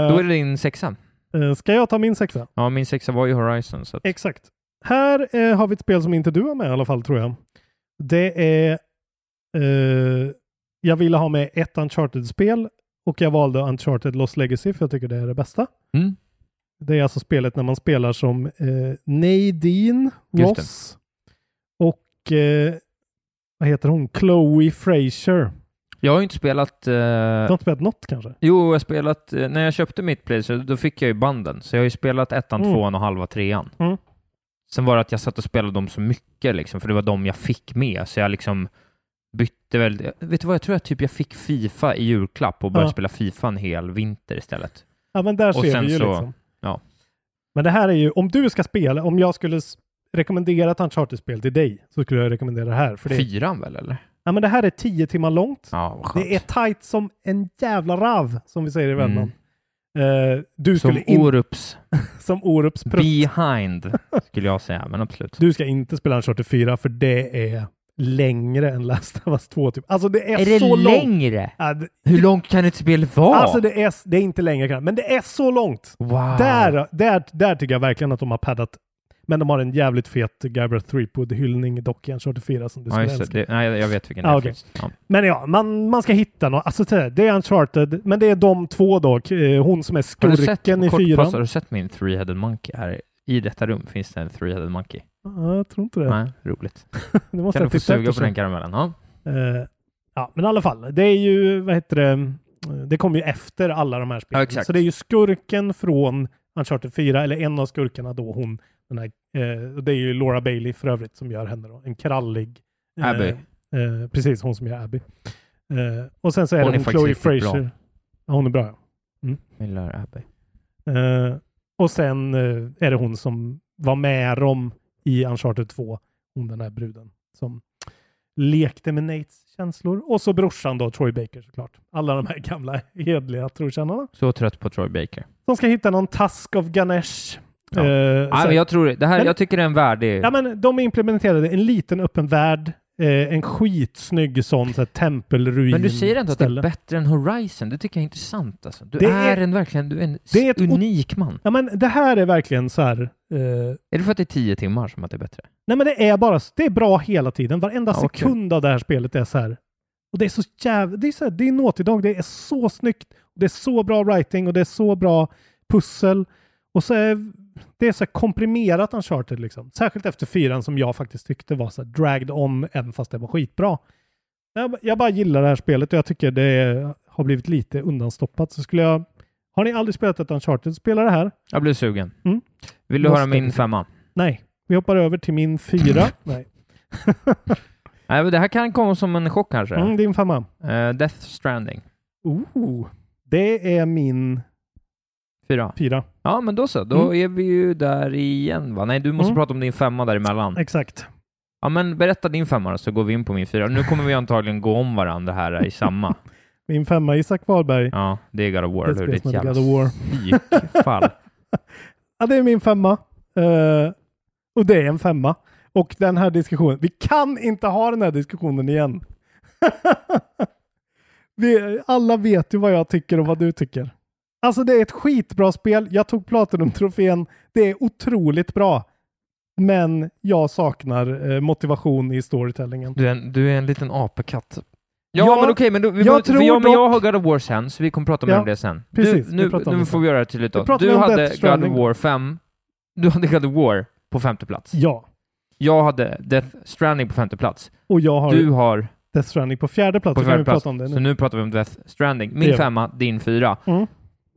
Speaker 5: Då är
Speaker 4: Eh,
Speaker 5: det din sexa.
Speaker 4: eh, ska jag ta min sexa?
Speaker 5: Ja, min sexa var ju Horizon, så att,
Speaker 4: Exakt. Här eh, har vi ett spel som inte du har med i alla fall tror jag. Det är... Eh, jag ville ha med ett Uncharted-spel och jag valde Uncharted Lost Legacy för jag tycker det är det bästa.
Speaker 5: Mm.
Speaker 4: Det är alltså spelet när man spelar som eh, Nadine
Speaker 5: Just det.
Speaker 4: Ross och eh, vad heter hon? Chloe Fraser.
Speaker 5: jag har ju inte spelat... eh,
Speaker 4: Du har inte spelat något kanske?
Speaker 5: Jo, jag har spelat, eh, när jag köpte mitt Playstation, då fick jag ju banden. Så jag har ju spelat ettan,
Speaker 4: Mm.
Speaker 5: tvåan och halva trean.
Speaker 4: Mm.
Speaker 5: Sen var det att jag satt och spelade dem så mycket, liksom, för det var de jag fick med. Så jag liksom bytte väl... Vet du vad, jag tror att typ jag fick Fifa i julklapp och började
Speaker 4: Ja.
Speaker 5: spela Fifa en hel vinter istället.
Speaker 4: Ja men där ser
Speaker 5: sen
Speaker 4: vi ju
Speaker 5: så-
Speaker 4: liksom.
Speaker 5: ja.
Speaker 4: Men det här är ju, om du ska spela, om jag skulle s- rekommendera ett Uncharted-spel till dig så skulle jag rekommendera det här. För det,
Speaker 5: Fyran väl, eller?
Speaker 4: ja, men det här är tio timmar långt.
Speaker 5: Ja, vad skönt.
Speaker 4: det är tight som en jävla rav, som vi säger i Värmland. Eh, du
Speaker 5: Mm. Som
Speaker 4: skulle in,
Speaker 5: Orups
Speaker 4: som Orups prutt.
Speaker 5: behind, skulle jag säga, men absolut.
Speaker 4: Du ska inte spela Uncharted 4 för det är längre än Last of Us 2. Typ. Alltså det är,
Speaker 5: är det
Speaker 4: så långt.
Speaker 5: längre?
Speaker 4: Ja, det-
Speaker 5: Hur långt kan ett spel vara?
Speaker 4: Alltså det är, det är inte längre kan- men det är så långt.
Speaker 5: wow.
Speaker 4: Där, där, där tycker jag verkligen att de har paddat. Men de har en jävligt fet Guybrush Threepwood-hyllning dock i Uncharted 4 som du
Speaker 5: Ja,
Speaker 4: skulle
Speaker 5: just det.
Speaker 4: älska.
Speaker 5: det. Nej, jag vet vilken det
Speaker 4: Ah,
Speaker 5: är.
Speaker 4: okej.
Speaker 5: faktiskt. Ja.
Speaker 4: Men ja, man, man ska hitta något. Alltså så här, det är Uncharted, men det är de två då. K- eh, Hon som är
Speaker 5: Har du sett,
Speaker 4: skurken i
Speaker 5: kort
Speaker 4: fyran.
Speaker 5: paus, har du sett min three-headed monkey här? I detta rum finns det en three-headed monkey.
Speaker 4: Ja, jag tror inte det.
Speaker 5: Nej, roligt.
Speaker 4: det måste
Speaker 5: Kan du
Speaker 4: jag
Speaker 5: få
Speaker 4: titta
Speaker 5: suga
Speaker 4: efter
Speaker 5: på den karamellen? Ja.
Speaker 4: sen. Eh, ja, men i alla fall. Det är ju, vad heter det? Eh, Det kommer ju efter alla de här spelen.
Speaker 5: Ja, exakt.
Speaker 4: så det är ju skurken från Uncharted 4, eller en av skurkarna då, hon, Den här, eh, och det är ju Laura Bailey för övrigt som gör henne då. En krallig... eh,
Speaker 5: Abby.
Speaker 4: Eh, precis, hon som gör Abby. Eh, och sen så är
Speaker 5: Hon
Speaker 4: det
Speaker 5: är
Speaker 4: hon
Speaker 5: faktiskt
Speaker 4: Chloe
Speaker 5: riktigt bra.
Speaker 4: Fraser. Ja, hon är bra ja.
Speaker 5: Millar Abbey.
Speaker 4: Eh, och sen eh, är det hon som var med dem i Uncharted 2, hon den här bruden som lekte med Nates känslor. Och så brorsan då, Troy Baker såklart. Alla de här gamla *laughs* hedliga trotjänarna.
Speaker 5: Så trött på Troy Baker.
Speaker 4: De ska hitta någon task of Ganesh.
Speaker 5: Ja.
Speaker 4: Eh, så-
Speaker 5: Nej, men jag tror det. Här,
Speaker 4: Men-
Speaker 5: jag tycker det är en värdig...
Speaker 4: ja, men de är implementerade en liten öppen värld, eh, en skitsnygg sån så här, tempelruin.
Speaker 5: Men du säger ändå att det
Speaker 4: ställe.
Speaker 5: är bättre än Horizon. Det tycker jag är intressant. Alltså. Du
Speaker 4: Det
Speaker 5: är,
Speaker 4: är-
Speaker 5: en verkligen du är en
Speaker 4: Det är ett o-
Speaker 5: unik man.
Speaker 4: Ja, men det här är verkligen så här... eh,
Speaker 5: Är det för att det är tio timmar som att det är bättre?
Speaker 4: Nej men det är bara, det är bra hela tiden. Varenda
Speaker 5: Ja, okej.
Speaker 4: sekund av det här spelet är så här. Och det är så jävla, det är så här, det är Naughty Dog, det är så snyggt. Det är så bra writing och det är så bra pussel. Och så är det är så här komprimerat Uncharted liksom. Särskilt efter fyran som jag faktiskt tyckte var så här dragged on även fast det var skitbra. Jag, jag bara gillar det här spelet och jag tycker det är, har blivit lite undanstoppat. Så skulle jag, har ni aldrig spelat ett Uncharted, spela det här.
Speaker 5: Jag blev sugen.
Speaker 4: Mm.
Speaker 5: Vill du
Speaker 4: Måste
Speaker 5: höra min
Speaker 4: precis.
Speaker 5: femma?
Speaker 4: Nej, vi hoppar över till min
Speaker 5: *clears throat*
Speaker 4: fyra. Nej.
Speaker 5: Nej, men det här kan komma som en chock kanske.
Speaker 4: Mm, din femma.
Speaker 5: Eh, Death Stranding.
Speaker 4: Oh, det är min
Speaker 5: Fyra.
Speaker 4: fyra.
Speaker 5: Ja, men då så. Då
Speaker 4: Mm.
Speaker 5: är vi ju där igen, va? Nej, du måste
Speaker 4: Mm.
Speaker 5: prata om din femma däremellan.
Speaker 4: Exakt.
Speaker 5: Ja, men berätta din femma då, så går vi in på min fyra. Nu kommer vi antagligen gå om varandra här i
Speaker 4: *laughs*
Speaker 5: samma.
Speaker 4: Min femma Isak Wahlberg.
Speaker 5: Ja, det är God of War,
Speaker 4: Det
Speaker 5: eller hur? Det är
Speaker 4: spelas
Speaker 5: ett
Speaker 4: med
Speaker 5: jävla
Speaker 4: God of War. *laughs*
Speaker 5: psykfall.
Speaker 4: Ja, det är min femma. Eh, och det är en femma. Och den här diskussionen, vi kan inte ha den här diskussionen igen. *laughs* vi, alla vet ju vad jag tycker och vad du tycker. Alltså det är ett skitbra spel. Jag tog Platinum-trofén. Det är otroligt bra. Men jag saknar eh, motivation i storytellingen.
Speaker 5: Du är en, du är en liten apekatt. Ja,
Speaker 4: Ja,
Speaker 5: men okej, men då, vi
Speaker 4: jag
Speaker 5: behöver-
Speaker 4: tror
Speaker 5: för jag, men jag har
Speaker 4: dock-
Speaker 5: God of War sen, så vi kommer prata mer
Speaker 4: Ja,
Speaker 5: om det sen.
Speaker 4: precis,
Speaker 5: du,
Speaker 4: vi
Speaker 5: nu
Speaker 4: pratar om
Speaker 5: nu
Speaker 4: det
Speaker 5: får
Speaker 4: sen.
Speaker 5: vi göra det tydligt då.
Speaker 4: Vi pratar
Speaker 5: Du
Speaker 4: om
Speaker 5: hade
Speaker 4: Death
Speaker 5: God of
Speaker 4: Stranding.
Speaker 5: War 5, du hade God of War på femte plats.
Speaker 4: Ja,
Speaker 5: Jag hade Death Stranding på femte plats.
Speaker 4: och jag har
Speaker 5: Du har
Speaker 4: Death Stranding på fjärde plats.
Speaker 5: på
Speaker 4: så kan vi
Speaker 5: femte plats.
Speaker 4: prata om det
Speaker 5: Så
Speaker 4: nu.
Speaker 5: nu pratar vi om Death Stranding.
Speaker 4: Det
Speaker 5: Min
Speaker 4: gör vi.
Speaker 5: femma, din fyra.
Speaker 4: Mm.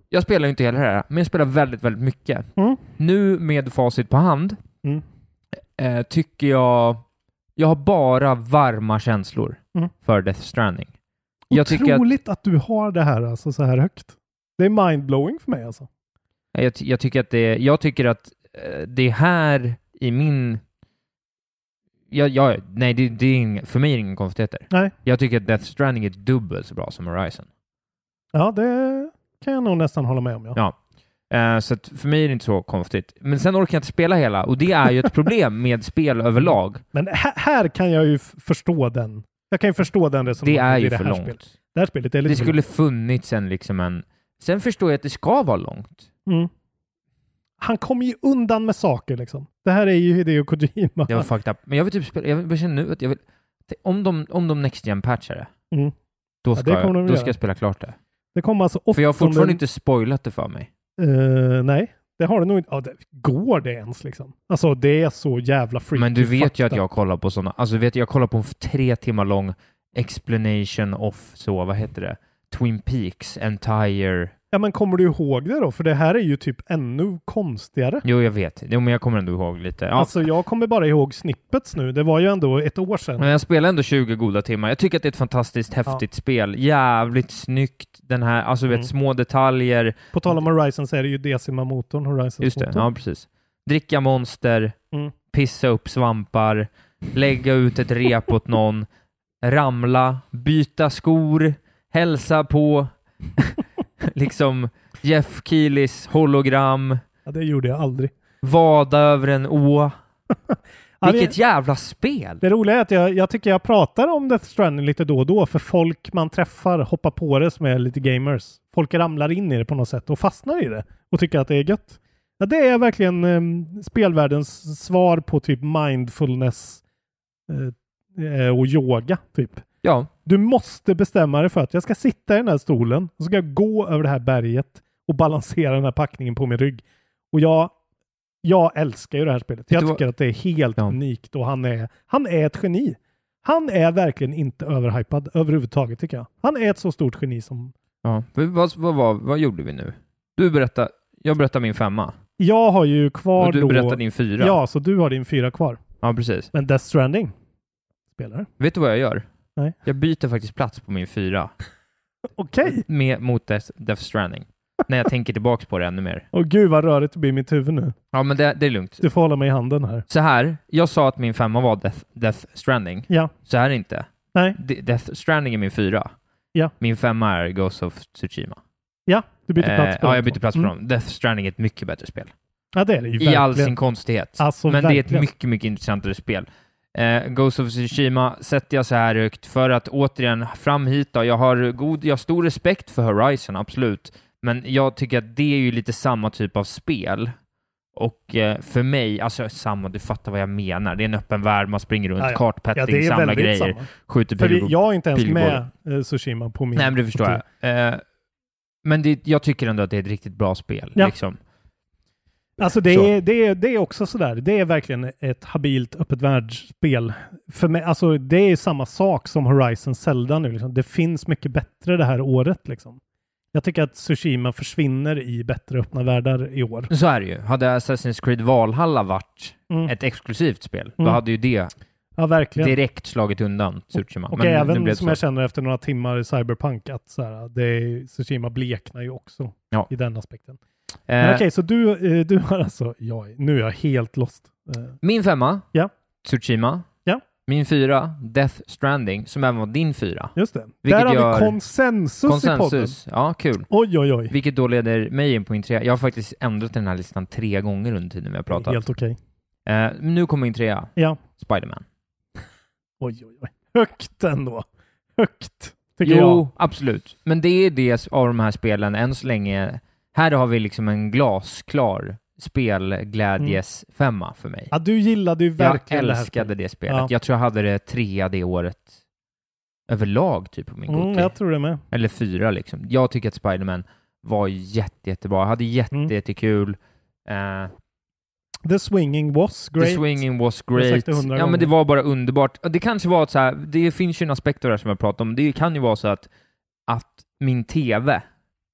Speaker 5: Jag spelar ju inte hela det här, men jag spelar väldigt, väldigt mycket.
Speaker 4: Mm.
Speaker 5: Nu med facit på hand
Speaker 4: Mm.
Speaker 5: eh, tycker jag... Jag har bara varma känslor
Speaker 4: Mm.
Speaker 5: för Death Stranding. Jag tycker att
Speaker 4: Otroligt att... du har det här alltså, så här högt. Det är mindblowing för mig alltså.
Speaker 5: Ja, Jag, ty- jag tycker att det, jag tycker att eh, det här i min... Jag, jag, nej, det, det är inga, för mig är det inga konstigheter.
Speaker 4: Nej.
Speaker 5: Jag tycker att Death Stranding är dubbelt så bra som Horizon.
Speaker 4: Ja, det kan jag nog nästan hålla med om. Ja.
Speaker 5: Ja. Eh, så att för mig är det inte så konstigt. Men sen orkar jag inte spela hela, och det är ju ett problem med spel överlag.
Speaker 4: Men här, här kan jag ju f- förstå den. Jag kan ju förstå den
Speaker 5: Det
Speaker 4: resonemanget
Speaker 5: är ju
Speaker 4: i det
Speaker 5: för
Speaker 4: här
Speaker 5: långt.
Speaker 4: spelet. Det här spelet är lite
Speaker 5: Det
Speaker 4: för
Speaker 5: skulle funnits en, liksom en... Sen förstår jag att det ska vara långt.
Speaker 4: långt. Mm. Han kommer ju undan med saker liksom. Det här är ju Hideo Kojima.
Speaker 5: Det var fucked up. Men jag vill typ spela, jag vill- jag känner nu att jag vill... Om de, om de Next Gen patchar det,
Speaker 4: Mm.
Speaker 5: då
Speaker 4: det
Speaker 5: ska,
Speaker 4: kommer de
Speaker 5: jag, då
Speaker 4: göra.
Speaker 5: ska jag spela klart det.
Speaker 4: Det kommer alltså åttonde...
Speaker 5: För jag har fortfarande inte spoilat det för mig.
Speaker 4: Eh, nej, det har det nog inte. Ja, det, går det ens liksom? Alltså det är så jävla freaky
Speaker 5: Men du vet ju att
Speaker 4: fakta.
Speaker 5: jag kollar på sådana, alltså vet du, jag kollar på en f- tre timmar lång explanation of, så vad heter det? Twin Peaks entire...
Speaker 4: Ja, men kommer du ihåg det då? För det här är ju typ ännu konstigare.
Speaker 5: Jo, jag vet. Jo, men jag kommer ändå ihåg lite. Ja.
Speaker 4: Alltså jag kommer bara ihåg snippets nu. Det var ju ändå ett år sedan.
Speaker 5: men jag spelar ändå 20 goda timmar. Jag tycker att det är ett fantastiskt häftigt spel. Jävligt snyggt. Den här, alltså du
Speaker 4: Mm.
Speaker 5: vet, små detaljer.
Speaker 4: På tal om Horizon så är det ju Decima-motorn, Horizons
Speaker 5: Just det,
Speaker 4: motor.
Speaker 5: ja precis. Dricka monster,
Speaker 4: Mm.
Speaker 5: pissa upp svampar, lägga ut ett rep åt någon, ramla, byta skor, hälsa på, *laughs* liksom Jeff Keelys hologram,
Speaker 4: Ja, det gjorde jag aldrig.
Speaker 5: vada över en å.
Speaker 4: Ja, det,
Speaker 5: Vilket jävla spel!
Speaker 4: det roliga är att jag, jag tycker jag pratar om Death Stranding lite då och då, för folk man träffar hoppar på det som är lite gamers. Folk ramlar in i det på något sätt och fastnar i det och tycker att det är gött. Ja, det är verkligen eh, spelvärldens svar på typ mindfulness eh, eh, och yoga, typ.
Speaker 5: Ja,
Speaker 4: Du måste bestämma dig för att jag ska sitta i den här stolen och så ska jag gå över det här berget och balansera den här packningen på min rygg. Och jag, jag älskar ju det här spelet.
Speaker 5: Vet du
Speaker 4: Jag
Speaker 5: vad-
Speaker 4: tycker att det är helt
Speaker 5: Ja.
Speaker 4: unikt och han är, han är ett geni. Han är verkligen inte överhypad överhuvudtaget tycker jag. Han är ett så stort geni som...
Speaker 5: ja. Men Vad, vad, vad, vad gjorde vi nu? Du berättade, jag berättade min femma.
Speaker 4: jag har ju kvar
Speaker 5: Och du
Speaker 4: då...
Speaker 5: berättar din fyra.
Speaker 4: Ja, så du har din fyra kvar.
Speaker 5: ja, precis.
Speaker 4: Men Death Stranding spelar.
Speaker 5: Vet du vad jag gör?
Speaker 4: Nej.
Speaker 5: Jag byter faktiskt plats på min fyra
Speaker 4: Okej!
Speaker 5: med, mot Death, Death Stranding. När jag tänker tillbaks på det ännu mer.
Speaker 4: Åh gud vad rörigt det blir i mitt huvud nu.
Speaker 5: Ja, men det, det är lugnt.
Speaker 4: Du får hålla mig i handen här.
Speaker 5: Så här, jag sa att min femma var Death, Death Stranding.
Speaker 4: Ja.
Speaker 5: Så här är det inte.
Speaker 4: Nej.
Speaker 5: De- Death Stranding är min fyra.
Speaker 4: Ja.
Speaker 5: Min femma är Ghost of Tsushima.
Speaker 4: Ja, du byter plats
Speaker 5: Eh,
Speaker 4: på
Speaker 5: ja,
Speaker 4: dem.
Speaker 5: jag byter plats på
Speaker 4: Mm.
Speaker 5: dem. Death Stranding är ett mycket bättre spel.
Speaker 4: Ja, det är det ju
Speaker 5: I all
Speaker 4: verkligen.
Speaker 5: sin konstighet.
Speaker 4: Alltså,
Speaker 5: men det är
Speaker 4: verkligen.
Speaker 5: ett mycket, mycket intressantare spel. Eh, Ghost of Tsushima sätter jag så här högt för att återigen fram hit då. Jag har, god, jag har stor respekt för Horizon, absolut. Men jag tycker att det är ju lite samma typ av spel. Och eh, för mig, alltså samma, du fattar vad jag menar. Det är en öppen värld, man springer runt,
Speaker 4: Ja, ja. Ja,
Speaker 5: kartpetting,
Speaker 4: det är
Speaker 5: samlar
Speaker 4: väldigt
Speaker 5: grejer,
Speaker 4: samma.
Speaker 5: skjuter
Speaker 4: För
Speaker 5: pilbågar.
Speaker 4: det, jag är inte ens
Speaker 5: pilbåge.
Speaker 4: med eh, Tsushima på min.
Speaker 5: Nej, men det förstår jag. Eh, men det, jag tycker ändå att det är ett riktigt bra spel.
Speaker 4: Ja.
Speaker 5: Liksom.
Speaker 4: Alltså det
Speaker 5: Så.
Speaker 4: är, det, är, det är också sådär. Det är verkligen ett habilt öppet världsspel. För mig, alltså det är samma sak som Horizon Zelda nu. Liksom. Det finns mycket bättre det här året. Liksom. Jag tycker att Tsushima försvinner i bättre öppna världar i år.
Speaker 5: Så är det ju. Hade Assassin's Creed Valhalla varit
Speaker 4: Mm.
Speaker 5: ett exklusivt spel, då
Speaker 4: Mm.
Speaker 5: hade ju det
Speaker 4: Ja, verkligen.
Speaker 5: direkt slagit undan Tsushima.
Speaker 4: och
Speaker 5: Men nu
Speaker 4: även
Speaker 5: blev det
Speaker 4: som
Speaker 5: så.
Speaker 4: jag känner efter några timmar i Cyberpunk att så här, det är, Tsushima bleknar ju också
Speaker 5: Ja.
Speaker 4: i den aspekten. Men
Speaker 5: Eh,
Speaker 4: okej, så du, eh, du har alltså, jag, är- nu är jag helt lost. Eh,
Speaker 5: Min femma,
Speaker 4: Ja.
Speaker 5: Tsushima.
Speaker 4: Ja.
Speaker 5: Min fyra, Death Stranding, som även var din fyra.
Speaker 4: Just det.
Speaker 5: Vilket
Speaker 4: Där har
Speaker 5: gör-
Speaker 4: vi konsensus, i podden.
Speaker 5: Konsensus. Ja, kul.
Speaker 4: Oj, oj, oj.
Speaker 5: Vilket då leder mig in på min trea. Jag har faktiskt ändrat den här listan tre gånger under tiden vi har pratat.
Speaker 4: Helt okej.
Speaker 5: Eh, nu kommer min trea,
Speaker 4: Ja.
Speaker 5: Spiderman.
Speaker 4: Oj, oj, oj. Högt ändå. Högt, tycker
Speaker 5: Jo,
Speaker 4: jag.
Speaker 5: absolut. Men det är det av de här spelen än så länge. Här har vi liksom en glasklar spelglädjesfemma för mig.
Speaker 4: Mm. Ja, du gillade ju
Speaker 5: Jag
Speaker 4: verkligen det här
Speaker 5: älskade det spelet.
Speaker 4: Ja.
Speaker 5: Jag tror jag hade det trea det året överlag typ på min
Speaker 4: Mm,
Speaker 5: Goti.
Speaker 4: jag tror det med.
Speaker 5: Eller fyra liksom. Jag tycker att Spider-Man var jätte, jättebra. Jag hade jätte,
Speaker 4: Mm.
Speaker 5: jättekul. Eh,
Speaker 4: The swinging was great.
Speaker 5: The swinging was
Speaker 4: Jag har sagt
Speaker 5: great.
Speaker 4: det hundra
Speaker 5: Ja, men det
Speaker 4: gånger.
Speaker 5: var bara underbart. Och Det kanske var att så här, det finns ju en aspekt av det här som jag pratade om. Det kan ju vara så att, att min TV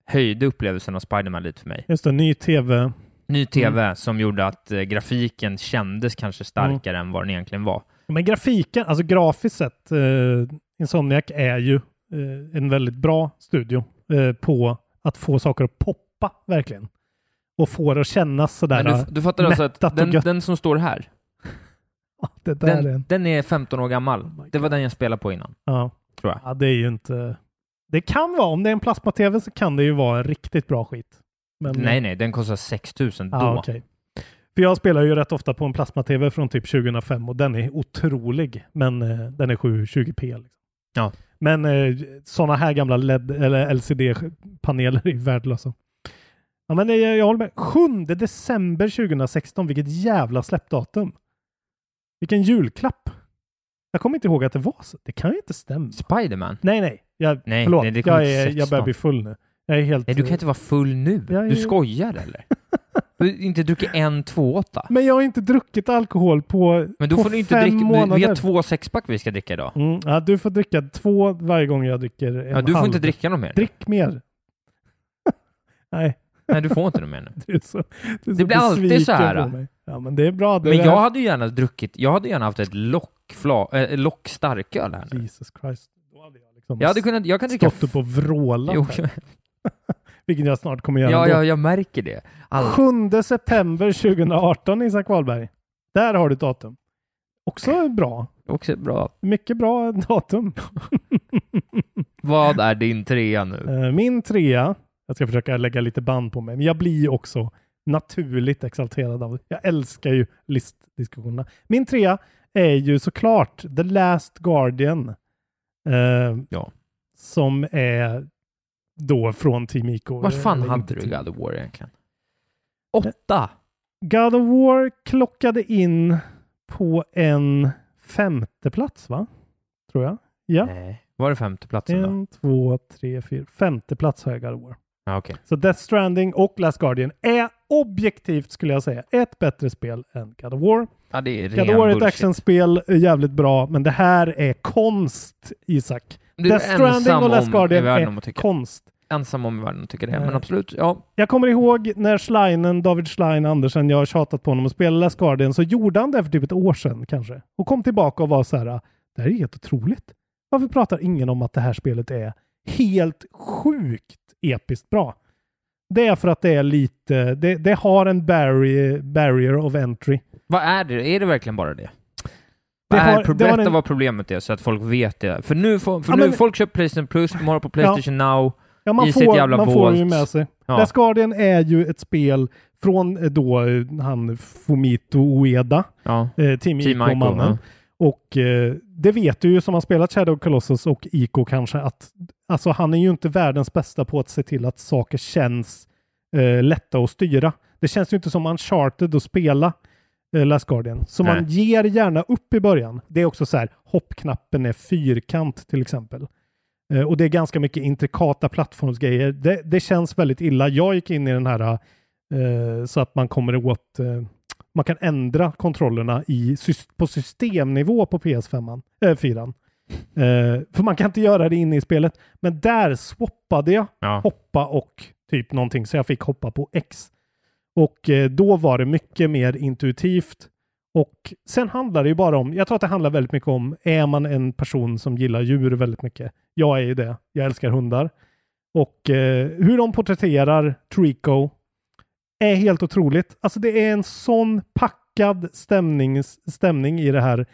Speaker 5: höjde upplevelsen av Spider-Man lite för mig.
Speaker 4: Just det, ny tv.
Speaker 5: Ny TV
Speaker 4: Mm.
Speaker 5: som gjorde att eh, grafiken kändes kanske starkare
Speaker 4: Mm.
Speaker 5: än vad den egentligen var.
Speaker 4: Men grafiken, alltså grafiskt sett, eh, Insomniac är ju eh, en väldigt bra studio eh, på att få saker att poppa, verkligen. Och få det att kännas sådär.
Speaker 5: Men du, du fattar alltså att
Speaker 4: mättat och
Speaker 5: den,
Speaker 4: gött.
Speaker 5: den som står här,
Speaker 4: ah, *laughs* det där är
Speaker 5: den,
Speaker 4: en.
Speaker 5: den är 15 år gammal.
Speaker 4: my
Speaker 5: det var den jag spelade på innan.
Speaker 4: Ja.
Speaker 5: Tror jag.
Speaker 4: ja, det är ju inte... Det kan vara, om det är en plasma-tv så kan det ju vara en riktigt bra skit. Men,
Speaker 5: Nej, nej, den kostar 6000 då.
Speaker 4: Ja, Mm. Ah, okej. För jag spelar ju rätt ofta på en plasma-tv från typ 2005 och den är otrolig. Men eh, den är 720p. Liksom.
Speaker 5: Ja.
Speaker 4: Men eh, sådana här gamla LED eller LCD-paneler är ju värdelösa. Ja, men eh, jag håller med. 7 december 2016, vilket jävla släppdatum. Vilken julklapp. Jag kommer inte ihåg att det var så. Det kan ju inte stämma.
Speaker 5: Spiderman?
Speaker 4: Nej, nej. Jag,
Speaker 5: Nej,
Speaker 4: förlåt,
Speaker 5: nej, det kommer
Speaker 4: jag,
Speaker 5: inte
Speaker 4: är,
Speaker 5: 16.
Speaker 4: jag börjar bli full nu. Jag är helt... eh,
Speaker 5: Nej, du kan inte vara full nu.
Speaker 4: Jag är-
Speaker 5: Du skojar
Speaker 4: *laughs*
Speaker 5: eller? Du har inte druckit en tvååtta?
Speaker 4: Men jag har inte druckit alkohol på
Speaker 5: Men då
Speaker 4: på
Speaker 5: får du inte
Speaker 4: fem
Speaker 5: dricka. Du, vi
Speaker 4: månader.
Speaker 5: har två sexpack vi ska dricka idag.
Speaker 4: Mm, ja, du får dricka två varje gång jag dricker en
Speaker 5: Ja, du får
Speaker 4: halv.
Speaker 5: inte dricka något mer.
Speaker 4: Drick mer. *laughs* Nej,
Speaker 5: Nej, du får inte något mer nu.
Speaker 4: du är så, du är
Speaker 5: Det blir alltid
Speaker 4: besviken
Speaker 5: så här,
Speaker 4: på
Speaker 5: då.
Speaker 4: mig. Ja, men det är bra. *laughs* Det
Speaker 5: Men
Speaker 4: är
Speaker 5: jag hade ju gärna druckit, jag hade gärna haft ett lock, fla, äh, lock starköl här nu.
Speaker 4: Jesus Christ. Då hade jag liksom
Speaker 5: Jag hade kunnat, jag kan dricka...
Speaker 4: stått upp och vrålat.
Speaker 5: Jo,
Speaker 4: här, Vilket jag snart kommer
Speaker 5: *laughs*
Speaker 4: göra.
Speaker 5: ja,
Speaker 4: ändå.
Speaker 5: ja, jag märker det. All...
Speaker 4: 7 september 2018, Isak Wahlberg. Där har du ett datum. Också bra.
Speaker 5: Också bra.
Speaker 4: Mycket bra datum.
Speaker 5: Vad är din trea nu?
Speaker 4: Eh, Min trea, jag ska försöka lägga lite band på mig, men jag blir också naturligt exalterad av Jag älskar ju listdiskussionerna. Min trea är ju såklart The Last Guardian. eh,
Speaker 5: Ja.
Speaker 4: Som är då från Team Ico.
Speaker 5: Vart fan
Speaker 4: Eller
Speaker 5: hade
Speaker 4: inte
Speaker 5: du
Speaker 4: Team-
Speaker 5: God of War egentligen? Åtta!
Speaker 4: God of War klockade in på en femte plats va? Tror jag. Ja.
Speaker 5: Nej. Var det femteplatsen då?
Speaker 4: En, två, tre, fyra. Femte plats har jag God of War.
Speaker 5: Ja, okej.
Speaker 4: Så Death Stranding och Last Guardian är objektivt skulle jag säga ett bättre spel än God of War.
Speaker 5: Ja, det är ren
Speaker 4: God of War är ett
Speaker 5: bullshit.
Speaker 4: actionspel, är jävligt bra, men det här är konst, Isak.
Speaker 5: Du är
Speaker 4: Death Stranding
Speaker 5: ensam
Speaker 4: och Last
Speaker 5: om- i
Speaker 4: Guardian
Speaker 5: världen om
Speaker 4: är Eh.
Speaker 5: att tycka.
Speaker 4: konst.
Speaker 5: ensam om i världen och tycker det, men
Speaker 4: Nej.
Speaker 5: absolut. Ja,
Speaker 4: Jag kommer ihåg när Schleinen, David Schlein Andersen, jag har tjatat på honom att spela Last Guardian, så gjorde han det för typ ett år sedan kanske. Och kom tillbaka och var så här, det här är helt otroligt. Varför pratar ingen om att det här spelet är helt sjukt episkt bra? Det är för att det är lite, det, det har en barrier, barrier of entry.
Speaker 5: vad är det? Är det verkligen bara det? Vad
Speaker 4: Det
Speaker 5: är
Speaker 4: har-
Speaker 5: pro-
Speaker 4: det har
Speaker 5: Berätta
Speaker 4: en-
Speaker 5: vad problemet är så att folk vet det. För nu, får, för
Speaker 4: Ja,
Speaker 5: nu
Speaker 4: men-
Speaker 5: folk köper Playstation Plus, de har det på Playstation Now.
Speaker 4: Ja, man
Speaker 5: I sitt
Speaker 4: får,
Speaker 5: jävla
Speaker 4: man får
Speaker 5: båt.
Speaker 4: ju med sig.
Speaker 5: Ja.
Speaker 4: Last Guardian är ju ett spel från eh, då eh, han Fumito Ueda,
Speaker 5: Ja.
Speaker 4: eh, Team
Speaker 5: Team Ico, ja.
Speaker 4: Ico-mannen. Och eh, det vet du ju som har spelat Shadow Colossus och Ico kanske att alltså han är ju inte världens bästa på att se till att saker känns eh, lätta att styra. Det känns ju inte som Uncharted att spela eh, Last Guardian. Så
Speaker 5: Nej.
Speaker 4: man ger gärna upp i början. Det är också så här, hoppknappen är fyrkant till exempel. Eh, och det är ganska mycket intrikata plattformsgrejer. Det, det känns väldigt illa. Jag gick in i den här eh, så att man kommer åt eh, man kan ändra kontrollerna i, sys- på systemnivå på PS5, äh, 4. Eh, för man kan inte göra det inne i spelet. Men där swappade jag
Speaker 5: Ja.
Speaker 4: hoppa och typ någonting, så jag fick hoppa på X. Och eh, då var det mycket mer intuitivt. Och sen handlar det ju bara om, jag tror att det handlar väldigt mycket om, är man en person som gillar djur väldigt mycket? Jag är ju det. Jag älskar hundar. Och eh, hur de porträtterar Trico är helt otroligt. Alltså det är en sån packad stämnings, stämning i det här.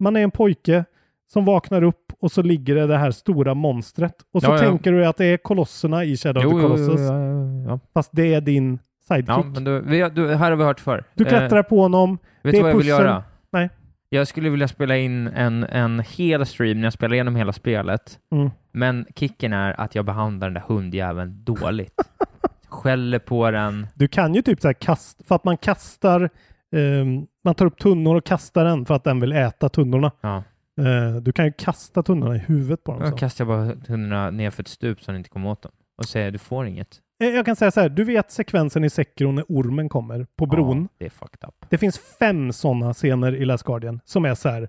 Speaker 4: Man är en pojke som vaknar upp och så ligger det det här stora monstret. Och så
Speaker 5: Ja, ja.
Speaker 4: tänker du att det är kolosserna i Shadow of
Speaker 5: Jo,
Speaker 4: the
Speaker 5: jo, jo,
Speaker 4: Colossus.
Speaker 5: ja, ja.
Speaker 4: Fast det är din sidekick.
Speaker 5: ja men du, vi, har- du, här har vi hört förr. Eh,
Speaker 4: Du klättrar på honom.
Speaker 5: Vet
Speaker 4: Det
Speaker 5: du
Speaker 4: är
Speaker 5: vad jag vill
Speaker 4: pussel.
Speaker 5: göra?
Speaker 4: Nej.
Speaker 5: Jag skulle vilja spela in en, en hel stream när jag spelar igenom hela spelet,
Speaker 4: Mm.
Speaker 5: men kicken är att jag behandlar den där hundjäveln
Speaker 4: *laughs*
Speaker 5: dåligt. Skäller på den.
Speaker 4: Du kan ju typ så här kast, för att man kastar, ehm, man tar upp tunnor och kastar den för att den vill äta tunnorna.
Speaker 5: Ja.
Speaker 4: Eh, du kan ju kasta tunnorna i huvudet på dem.
Speaker 5: Jag
Speaker 4: Så.
Speaker 5: kastar bara hundarna ner för ett stup så den inte kommer åt dem och säger du får inget.
Speaker 4: Eh, Jag kan säga så här, du vet sekvensen i Sekiro när ormen kommer på bron.
Speaker 5: Ja, det är fucked up.
Speaker 4: Det finns fem sådana scener i Last Guardian som är så här,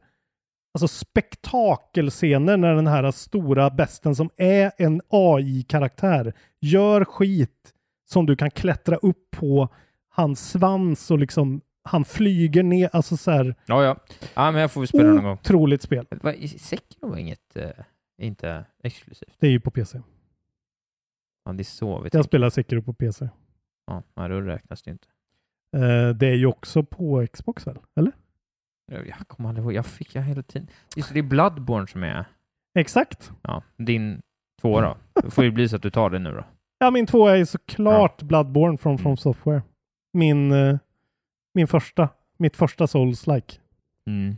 Speaker 4: alltså spektakelscener när den här stora besten som är en AI-karaktär gör skit som du kan klättra upp på hans svans och liksom han flyger ner. Alltså så här,
Speaker 5: Ja, ja. Ja, men jag får väl spela
Speaker 4: Mm.
Speaker 5: någon gång.
Speaker 4: otroligt spel.
Speaker 5: Va, i- Sekiro var inget, eh, inte exklusivt.
Speaker 4: Det är ju på PC.
Speaker 5: Ja, det är så vi
Speaker 4: Jag
Speaker 5: tänker.
Speaker 4: spelar Sekiro på PC.
Speaker 5: Ja, nej, då räknas det inte.
Speaker 4: Eh, det är ju också på Xbox väl? Eller?
Speaker 5: Jag jag kommer aldrig ihåg, jag fick jag hela tiden. Just det, det är Bloodborne som är
Speaker 4: Exakt.
Speaker 5: ja, din tvåa då. Det får ju bli så att du tar det nu då.
Speaker 4: Ja, min tvåa är såklart Bloodborne
Speaker 5: Mm.
Speaker 4: från From Software. Min, eh, min första, mitt första Souls-like.
Speaker 5: Mm.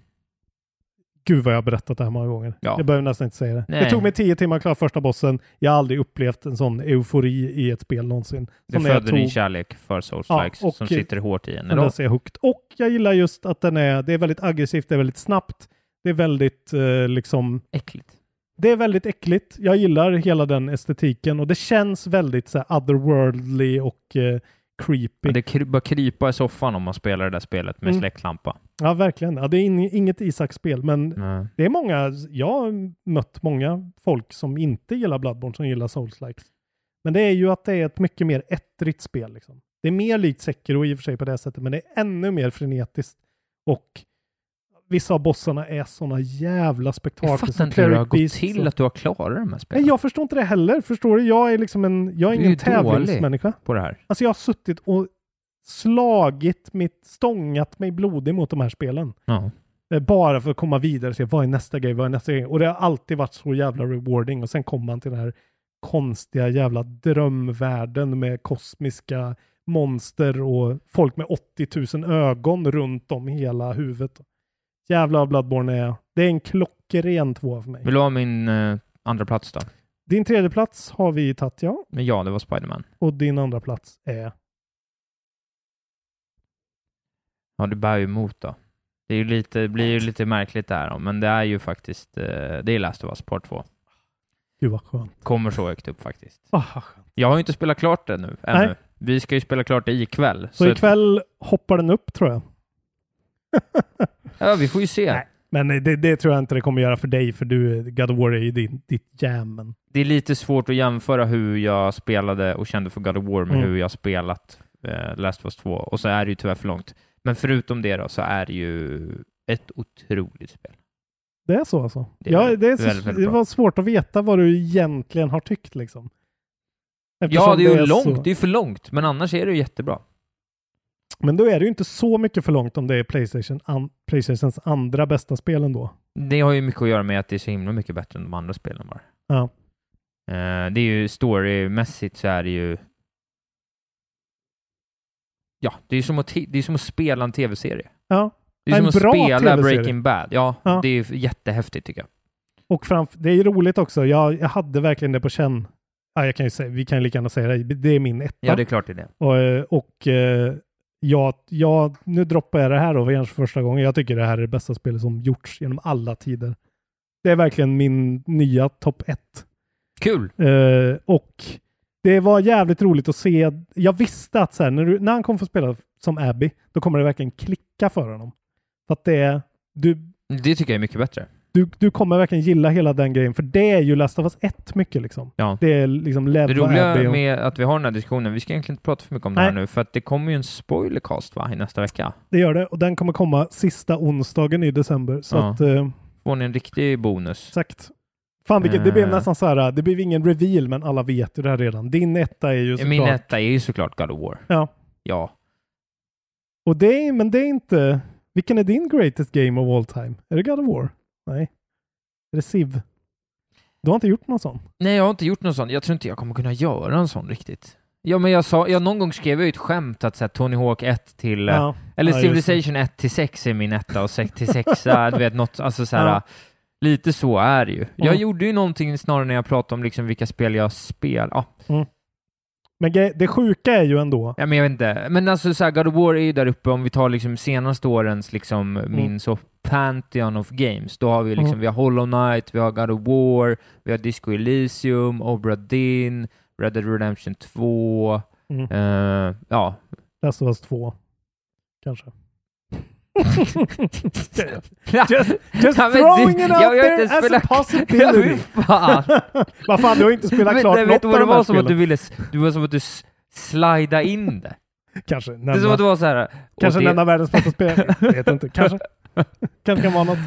Speaker 4: Gud vad jag har berättat det här många gånger.
Speaker 5: Ja.
Speaker 4: Jag behöver nästan inte säga det.
Speaker 5: Nej.
Speaker 4: Det tog mig tio timmar att klara första bossen. Jag har aldrig upplevt en sån eufori i ett spel någonsin.
Speaker 5: Det
Speaker 4: Som när jag
Speaker 5: föder din
Speaker 4: tog-
Speaker 5: kärlek för souls
Speaker 4: Ja,
Speaker 5: likes
Speaker 4: och-
Speaker 5: som sitter hårt i en
Speaker 4: den där
Speaker 5: idag.
Speaker 4: ser högt. Och jag gillar just att den är, det är väldigt aggressivt, det är väldigt snabbt. Det är väldigt eh, liksom,
Speaker 5: Äckligt.
Speaker 4: det är väldigt äckligt. Jag gillar hela den estetiken och det känns väldigt så här, otherworldly och eh, creepy.
Speaker 5: Men
Speaker 4: Ja,
Speaker 5: det kry- börjar krypa i soffan om man spelar det där spelet med
Speaker 4: Mm.
Speaker 5: släktlampa.
Speaker 4: verkligen. Ja, det är in, inget Isak-spel, men
Speaker 5: Mm.
Speaker 4: det är många, jag har mött många folk som inte gillar Bloodborne som gillar Souls-likes. Men det är ju att det är ett mycket mer ettrigt spel. Liksom. Det är mer likt Sekiro i och för sig på det här sättet, men det är ännu mer frenetiskt. Och vissa av bossarna är sådana jävla spektakel.
Speaker 5: Jag fattar
Speaker 4: som
Speaker 5: inte hur det har
Speaker 4: Cleric
Speaker 5: gått
Speaker 4: Beasts
Speaker 5: till
Speaker 4: och-
Speaker 5: att du har klarat de här
Speaker 4: Nej,
Speaker 5: spelen
Speaker 4: jag förstår inte det heller. Förstår du? Jag är liksom en, jag är
Speaker 5: Du är
Speaker 4: ingen
Speaker 5: ju dålig.
Speaker 4: tävlingsmänniska.
Speaker 5: på det här.
Speaker 4: Alltså jag har suttit och slagit mitt, stångat mig blodig mot de här spelen.
Speaker 5: Ja.
Speaker 4: Eh, Bara för att komma vidare och se vad är nästa grej, vad är nästa grej. Och det har alltid varit så jävla rewarding. Och sen kommer man till den här konstiga jävla drömvärlden med kosmiska monster och folk med 80 000 ögon runt om hela huvudet. Jävla Bloodborne är Det är en klockren tvåa för mig.
Speaker 5: Vill du ha min eh, andra plats då?
Speaker 4: Din tredje plats har vi tagit ja.
Speaker 5: Men ja, det var Spiderman.
Speaker 4: Och din andra plats är...
Speaker 5: Ja, du bär ju emot då. Det, är ju lite, det blir ju lite märkligt det här då, men det är ju faktiskt, eh, det är Last of Us Part 2.
Speaker 4: Gud vad skönt.
Speaker 5: Kommer så högt upp faktiskt.
Speaker 4: Ah, skönt.
Speaker 5: Jag har ju inte spelat klart det nu, ännu.
Speaker 4: Nej.
Speaker 5: Vi ska ju spela klart det ikväll.
Speaker 4: Så ikväll hoppar den upp tror jag.
Speaker 5: Ja, vi får ju se.
Speaker 4: Nej. Men eh, det, det tror jag inte det kommer göra för dig, för du, God of War är ju din, ditt jam. Men
Speaker 5: Det är lite svårt att jämföra hur jag spelade och kände för God of War med
Speaker 4: Mm.
Speaker 5: hur jag spelat eh, Last of Us 2, och så är det ju tyvärr för långt. Men förutom det då, så är det ju ett otroligt spel.
Speaker 4: det är så alltså?
Speaker 5: Det är
Speaker 4: ja,
Speaker 5: väldigt-
Speaker 4: det, är så,
Speaker 5: väldigt, väldigt
Speaker 4: det
Speaker 5: bra.
Speaker 4: var svårt att veta vad du egentligen har tyckt liksom.
Speaker 5: Ja,
Speaker 4: Eftersom
Speaker 5: det är ju långt,
Speaker 4: så-
Speaker 5: det är ju för långt, men annars är det ju jättebra.
Speaker 4: Men då är det ju inte så mycket för långt om det är Playstation, an, Playstations andra bästa spel ändå.
Speaker 5: Det har ju mycket att göra med att det är så himla mycket bättre än de andra spelen bara.
Speaker 4: Ja.
Speaker 5: Eh, det är ju storymässigt så är det ju... Ja, det är ju som att, ti- det är som att spela en tv-serie.
Speaker 4: Ja.
Speaker 5: Det är
Speaker 4: En
Speaker 5: som att
Speaker 4: bra
Speaker 5: spela
Speaker 4: TV-serie.
Speaker 5: Breaking Bad. Ja,
Speaker 4: Ja.
Speaker 5: det är ju jättehäftigt tycker jag.
Speaker 4: Och framför, det är ju roligt också. Jag, jag hade verkligen det på känn. Ja, jag kan ju säga, vi kan ju lika gärna säga det. Det är min etta.
Speaker 5: Ja, det är klart det är det.
Speaker 4: Och, eh, och eh, jag, jag, nu droppar jag det här då för kanske första gången. Jag tycker det här är det bästa spelet som gjorts genom alla tider. Det är verkligen min nya topp ett.
Speaker 5: Kul!
Speaker 4: Eh, och det var jävligt roligt att se. Jag visste att så här, när, du, när han kommer få spela som Abby, då kommer det verkligen klicka för honom. För att det är, du,
Speaker 5: Det tycker jag är mycket bättre.
Speaker 4: du, du kommer verkligen gilla hela den grejen, för det är ju Last of Us 1 mycket liksom.
Speaker 5: Ja.
Speaker 4: Det är liksom Lev
Speaker 5: Det
Speaker 4: och Abby.
Speaker 5: roliga
Speaker 4: Och,
Speaker 5: med att vi har den här diskussionen, vi ska egentligen inte prata för mycket om det här
Speaker 4: Nej.
Speaker 5: nu, för att det kommer ju en spoilercast va, i nästa vecka.
Speaker 4: Det gör det, och den kommer komma sista onsdagen i december. Så
Speaker 5: Ja.
Speaker 4: att, eh,
Speaker 5: Får ni en riktig bonus.
Speaker 4: exakt. Fan vilket, det blev
Speaker 5: Eh.
Speaker 4: nästan så här, det blev ingen reveal, men alla vet ju det här redan. Din etta är ju såklart...
Speaker 5: Min etta är ju såklart God of War.
Speaker 4: Ja.
Speaker 5: Ja.
Speaker 4: Och det är, men det är inte... Vilken är din greatest game of all time? Är det God of War? Nej. Är det Civ? Du har inte gjort någon sån?
Speaker 5: Nej, jag har inte gjort någon sån. Jag tror inte jag kommer kunna göra en sån riktigt. Ja, men jag sa, jag någon gång skrev jag ju ett skämt att så här, Tony Hawk 1 till, eh,
Speaker 4: Ja.
Speaker 5: eller
Speaker 4: ja, just det.
Speaker 5: Civilization 1 till 6 är min etta och 6 till
Speaker 4: *laughs*
Speaker 5: 6, du vet något, alltså så här,
Speaker 4: Ja.
Speaker 5: lite så är det ju. Jag
Speaker 4: Mm.
Speaker 5: gjorde ju någonting snarare när jag pratade om liksom vilka spel jag spel, ja,
Speaker 4: Men ge- det sjuka är ju ändå...
Speaker 5: ja men jag vet inte. Men alltså så här, God of War är ju där uppe, om vi tar liksom senaste årens liksom, min så Pantheon of Games, då har vi liksom,
Speaker 4: Mm.
Speaker 5: vi har Hollow Knight, vi har God of War, vi har Disco Elysium, Obra Dinn, Red Dead Redemption 2,
Speaker 4: Mm.
Speaker 5: Eh,
Speaker 4: *laughs*
Speaker 5: ja.
Speaker 4: Last of Us 2.
Speaker 5: *laughs*
Speaker 4: Kanske.
Speaker 5: Just,
Speaker 4: Just throwing it out there as a
Speaker 5: *laughs*
Speaker 4: possibility. *laughs*
Speaker 5: fan.
Speaker 4: Vad fan, du har inte spelat
Speaker 5: Men
Speaker 4: klart
Speaker 5: jag
Speaker 4: något
Speaker 5: vet du
Speaker 4: av
Speaker 5: vad det
Speaker 4: de här
Speaker 5: var som att du
Speaker 4: spelen.
Speaker 5: ville, s- det var som att du s- slida in det.
Speaker 4: Kanske.
Speaker 5: Det är som
Speaker 4: Nämna,
Speaker 5: att det var så här. och
Speaker 4: kanske
Speaker 5: det-
Speaker 4: nämna världens
Speaker 5: *laughs*
Speaker 4: bästa spel. Jag vet inte. Kanske. kanske kan vara något.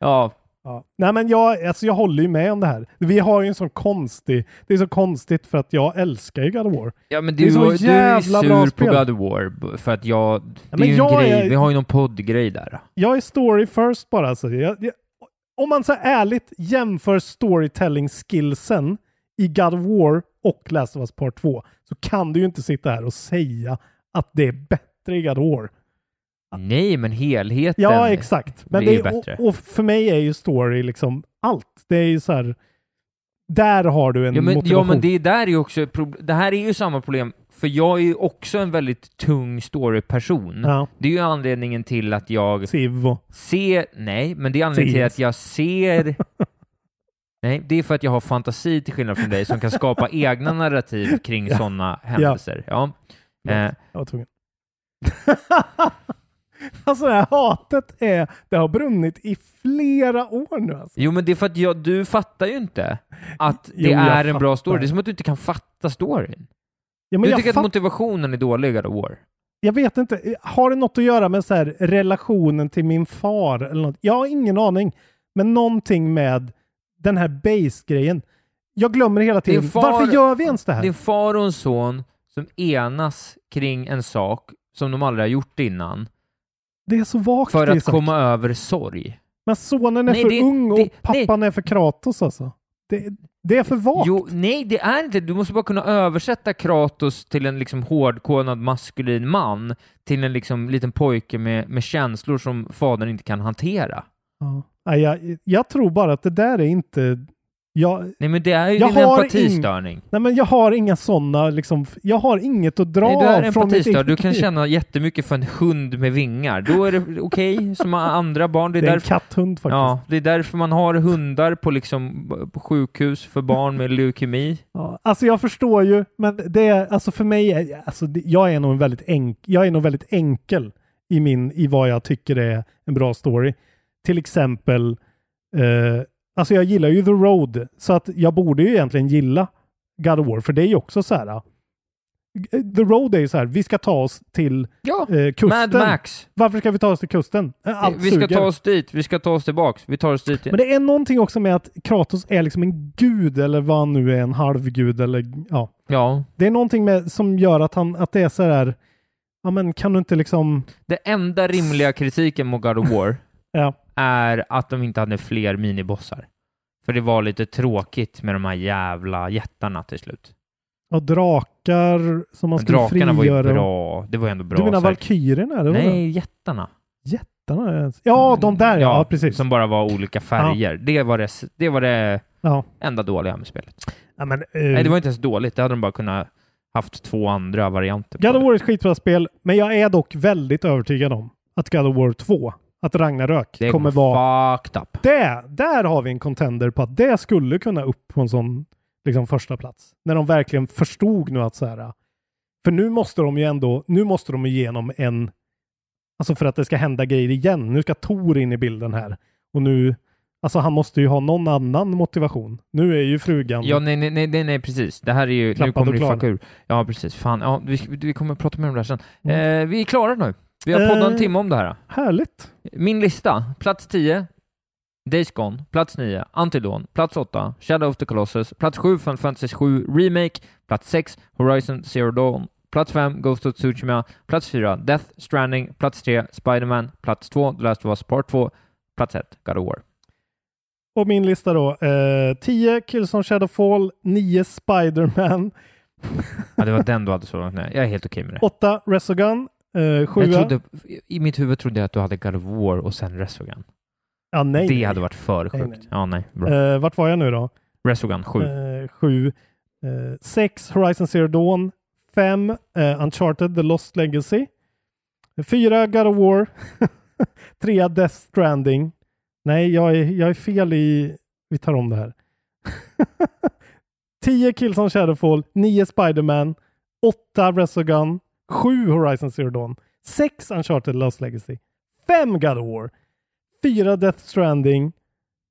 Speaker 5: Ja,
Speaker 4: Ja. Nej, men jag, alltså, jag håller ju med om det här. Vi har ju en sån konstig... Det är så konstigt för att jag älskar ju God of War.
Speaker 5: Ja men
Speaker 4: Det är
Speaker 5: du,
Speaker 4: så
Speaker 5: du är
Speaker 4: jävla bra
Speaker 5: sur på
Speaker 4: spel.
Speaker 5: God of War b- för att jag, det
Speaker 4: men
Speaker 5: är ju en
Speaker 4: jag
Speaker 5: grej,
Speaker 4: är-
Speaker 5: vi har ju någon poddgrej där.
Speaker 4: Jag är story first bara. Alltså. Jag, jag, om man så ärligt jämför storytelling skillsen i God of War och Last of Us Part 2 så kan du ju inte sitta här och säga att det är bättre i God of War.
Speaker 5: Nej men helheten.
Speaker 4: Ja, exakt. Men
Speaker 5: blir
Speaker 4: det
Speaker 5: ju
Speaker 4: är,
Speaker 5: bättre.
Speaker 4: och, och för mig är ju story liksom allt. Det är ju så här, där har du en
Speaker 5: Ja men, ja
Speaker 4: motivation.
Speaker 5: men det är där är ju också, ett prob- det här är ju samma problem, för jag är ju också en väldigt tung storyperson.
Speaker 4: Ja,
Speaker 5: Det är ju anledningen till att jag
Speaker 4: Civ och...
Speaker 5: ser, nej, men det är anledningen till
Speaker 4: Ser.
Speaker 5: att jag
Speaker 4: *laughs*
Speaker 5: ser Nej, det är för att jag har fantasi till skillnad från dig som kan
Speaker 4: *laughs*
Speaker 5: skapa egna narrativ kring
Speaker 4: Ja.
Speaker 5: sådana händelser. Ja. Eh,
Speaker 4: Jag var tvungen. *laughs* alltså det här hatet är... Det har brunnit i flera år nu alltså.
Speaker 5: Jo, men det är för att jag, du fattar ju inte att det
Speaker 4: Jo, jag
Speaker 5: är en bra story.
Speaker 4: fattar.
Speaker 5: Det är som att du inte kan fatta storyn.
Speaker 4: Ja,
Speaker 5: Du
Speaker 4: men jag,
Speaker 5: tycker att
Speaker 4: fatt,
Speaker 5: motivationen är dålig God of War.
Speaker 4: jag vet inte. Har det något att göra med så här, relationen till min far? Eller något? Jag har ingen aning. Men någonting med den här base-grejen. Jag glömmer hela tiden.
Speaker 5: Din far-
Speaker 4: Varför gör vi ens det här?
Speaker 5: Det är en far och en son som enas kring en sak som de aldrig har gjort innan
Speaker 4: Det är så vagt
Speaker 5: för att
Speaker 4: Isak.
Speaker 5: komma över sorg.
Speaker 4: Men sonen är
Speaker 5: Nej,
Speaker 4: för
Speaker 5: det-
Speaker 4: ung och
Speaker 5: det-
Speaker 4: pappan är för Kratos alltså. Det, det är för vagt.
Speaker 5: Jo, nej, det är inte Du måste bara kunna översätta Kratos till en liksom hårdkodad maskulin man till en liksom liten pojke med, med känslor som fadern inte kan hantera.
Speaker 4: Ja. Nej, jag, jag tror bara att det där är inte... Jag,
Speaker 5: Nej, men det är ju
Speaker 4: Jag
Speaker 5: din
Speaker 4: har
Speaker 5: empatistörning.
Speaker 4: nej men jag har inga sådana, liksom, jag har inget att dra
Speaker 5: Nej, du är
Speaker 4: av från mitt
Speaker 5: empatistörd. Du
Speaker 4: eget
Speaker 5: kan
Speaker 4: liv.
Speaker 5: känna jättemycket för en hund med vingar. Då är det okej, som andra barn. Det
Speaker 4: Det
Speaker 5: är,
Speaker 4: är en
Speaker 5: därför,
Speaker 4: katthund faktiskt.
Speaker 5: ja,
Speaker 4: Ja.
Speaker 5: det är därför man har hundar på, liksom, på sjukhus för barn med leukemi.
Speaker 4: Alltså jag förstår ju, men det är, alltså för mig, är, alltså det, jag, är nog en väldigt enk, jag är nog väldigt enkel i, min, i vad jag tycker är en bra story. till exempel, eh, alltså jag gillar ju The Road, så att jag borde ju egentligen gilla God of War, för det är ju också så här. eh, The Road är ju så här, vi ska ta oss till
Speaker 5: Ja,
Speaker 4: eh, kusten.
Speaker 5: Mad Max.
Speaker 4: Varför ska vi ta oss till kusten? Eh, Allt
Speaker 5: vi ska
Speaker 4: suger.
Speaker 5: ta oss dit, vi ska ta oss tillbaks, vi tar oss dit igen.
Speaker 4: Men det är någonting också med att Kratos är liksom en gud eller vad han nu är, en halvgud eller ja.
Speaker 5: Ja.
Speaker 4: Det är någonting med, som gör att, han, att det är så här, ja men kan du inte liksom,
Speaker 5: Det enda rimliga kritiken mot God of War
Speaker 4: ja.
Speaker 5: är att de inte hade fler minibossar. För det var lite tråkigt med de här jävla jättarna till slut.
Speaker 4: Och drakar som man
Speaker 5: Men
Speaker 4: skulle
Speaker 5: drakarna
Speaker 4: frigöra.
Speaker 5: var ju bra. Det var ju ändå bra.
Speaker 4: Du menar
Speaker 5: så här-
Speaker 4: valkyrierna? Det var det.
Speaker 5: Nej, jättarna.
Speaker 4: Jättarna? är- Ja, de där ja, ja precis.
Speaker 5: Som bara var olika färger. Det, var det, s- det var det
Speaker 4: Ja.
Speaker 5: enda dåliga med spelet.
Speaker 4: Ja, men, eh,
Speaker 5: Nej, det var inte ens dåligt. Det hade de bara kunnat haft två andra varianter på.
Speaker 4: God of
Speaker 5: det.
Speaker 4: War är ett skitbra spel, men jag är dock väldigt övertygad om att God of War 2, att Ragnarök,
Speaker 5: det
Speaker 4: kommer
Speaker 5: kommer
Speaker 4: vara
Speaker 5: fucked up.
Speaker 4: det, där har vi en contender på att det skulle kunna upp på en sån liksom, första plats. När de verkligen förstod nu att så här, för nu måste de ju ändå, nu måste de igenom en, alltså för att det ska hända grejer igen. Nu ska Tor in i bilden här och nu, alltså han måste ju ha någon annan motivation. Nu är ju frugan,
Speaker 5: Ja, nej, nej, nej, nej, nej, precis. Det här är ju...
Speaker 4: Klappad
Speaker 5: nu kommer
Speaker 4: och
Speaker 5: det
Speaker 4: klar.
Speaker 5: fucka ur. Ja, precis. Fan, ja, vi, vi kommer att prata mer om det här sen. Eh, vi är klara nu. Vi har
Speaker 4: Mm. Eh.
Speaker 5: poddat en timme om det här.
Speaker 4: härligt.
Speaker 5: Min lista. Plats 10, Days Gone. Plats 9, Antidon. Plats 8, Shadow of the Colossus. Plats 7, Final Fantasy 7 Remake. Plats 6, Horizon Zero Dawn. Plats 5, Ghost of Tsushima. Plats 4, Death Stranding. Plats 3, Spider-Man. Plats 2, The Last of Us Part 2. Plats 1, God of War.
Speaker 4: Och min lista då, eh, 10 Killzone Shadowfall, 9 Spider-Man, *laughs*
Speaker 5: Ja, det var den du hade så långt ner. Jag är helt okej med det.
Speaker 4: 8 Resogun, eh, 7
Speaker 5: Jag trodde, I mitt huvud trodde jag att du hade God of War och sen Resogun.
Speaker 4: ja, nej,
Speaker 5: det
Speaker 4: nej.
Speaker 5: hade varit för
Speaker 4: Nej,
Speaker 5: sjukt.
Speaker 4: nej.
Speaker 5: Ja, nej. Bra.
Speaker 4: Eh, vart var jag nu då?
Speaker 5: Resogun 7.
Speaker 4: Eh, 7. 6 Eh, Horizon Zero Dawn. 5 Uncharted The Lost Legacy. 4 God of War. *laughs* 3 Death Stranding. Nej, jag är, jag är fel i... Vi tar om det här. *laughs* 10 Killzone Shadowfall. 9 Spider-Man. 8 Resogun. 7 Horizon Zero Dawn. 6 Uncharted The Lost Legacy. 5 God of War. 4 Death Stranding.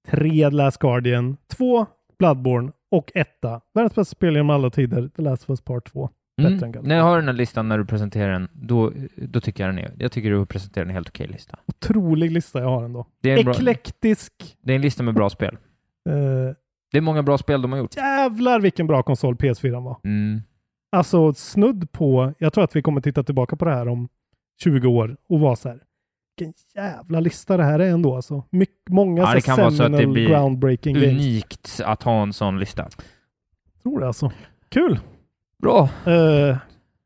Speaker 4: 3 Last Guardian. 2 Bloodborne och etta. Världens bästa spel genom alla tider, The Last of Us Part 2. Bättre än
Speaker 5: Mm.
Speaker 4: God
Speaker 5: När jag
Speaker 4: of War.
Speaker 5: har den här listan när du presenterar den, då, då tycker jag den är... Jag tycker du presenterar en helt okej lista.
Speaker 4: Otrolig lista jag har ändå.
Speaker 5: Det är, en bra,
Speaker 4: Eklektisk.
Speaker 5: det är en lista med bra spel.
Speaker 4: Eh,
Speaker 5: Det är många bra spel de har gjort.
Speaker 4: jävlar vilken bra konsol PS4 var.
Speaker 5: Mm.
Speaker 4: Alltså snudd på, jag tror att vi kommer titta tillbaka på det här om 20 år och vara så här. Vilken jävla lista det här är ändå alltså. My, många
Speaker 5: Ja,
Speaker 4: så
Speaker 5: det
Speaker 4: här
Speaker 5: kan vara så att det
Speaker 4: seminal
Speaker 5: blir
Speaker 4: groundbreaking games.
Speaker 5: Unikt att ha en sån lista.
Speaker 4: Tror det alltså. Kul!
Speaker 5: Bra.
Speaker 4: Eh,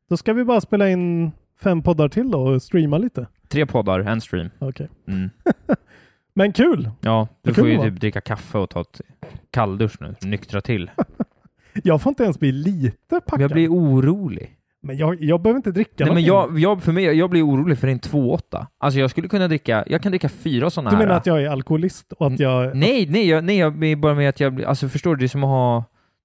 Speaker 4: då ska vi bara spela in fem poddar till då och streama lite.
Speaker 5: Tre poddar, en stream.
Speaker 4: Okej.
Speaker 5: Mm.
Speaker 4: Men kul!
Speaker 5: Ja, du
Speaker 4: Det kan
Speaker 5: får ju
Speaker 4: vara.
Speaker 5: typ dricka kaffe och ta ett kalldusch nu. Nyktra till.
Speaker 4: Jag får inte ens bli lite packad.
Speaker 5: Jag blir orolig.
Speaker 4: Men jag, jag behöver inte dricka
Speaker 5: Nej, men
Speaker 4: någonting.
Speaker 5: jag, jag, för mig, jag blir orolig för en 2,8. Alltså jag skulle kunna dricka, jag kan dricka fyra sådana
Speaker 4: Du
Speaker 5: här.
Speaker 4: menar att jag är alkoholist och att jag...
Speaker 5: Mm, Nej, nej, jag, nej, jag är bara med att jag blir, alltså förstår du, det är som att ha,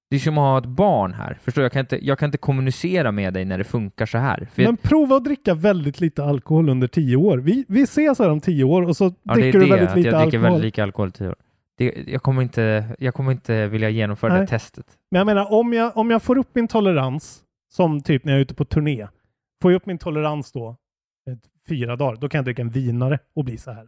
Speaker 5: det är som att ha ett barn här. Förstår du? jag kan inte, jag kan inte kommunicera med dig när det funkar så här. För
Speaker 4: Men prova att dricka väldigt lite alkohol under tio år. Vi, vi ses här om tio år och så
Speaker 5: jag,
Speaker 4: dricker
Speaker 5: det är det,
Speaker 4: du väldigt
Speaker 5: att
Speaker 4: lite
Speaker 5: jag dricker
Speaker 4: alkohol.
Speaker 5: väldigt lite alkohol i tio år. Det, jag, kommer inte, jag kommer inte vilja genomföra
Speaker 4: Nej.
Speaker 5: det testet.
Speaker 4: Men jag menar, om jag, om jag får upp min tolerans, som typ när jag är ute på turné, får jag upp min tolerans då ett, fyra dagar, då kan jag dricka en vinare och bli så här.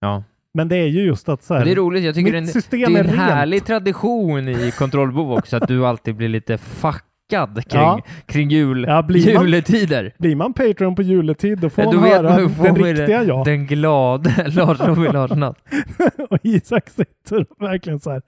Speaker 5: Ja.
Speaker 4: Men det är ju just att så här,
Speaker 5: Men det är roligt, jag tycker
Speaker 4: mitt
Speaker 5: det är en, det
Speaker 4: system
Speaker 5: är en
Speaker 4: är, rent.
Speaker 5: härlig tradition i kontrollbov också, att du alltid blir lite fuckad kring,
Speaker 4: Ja.
Speaker 5: kring jul,
Speaker 4: Ja, blir man-
Speaker 5: juletider.
Speaker 4: Blir man Patreon på juletid då får
Speaker 5: Ja,
Speaker 4: man
Speaker 5: då vet
Speaker 4: höra
Speaker 5: man hur får
Speaker 4: den
Speaker 5: man det.
Speaker 4: riktiga jag.
Speaker 5: Den glade *laughs* Lars Robin Larsson.
Speaker 4: *laughs* Och Isak sitter verkligen så här,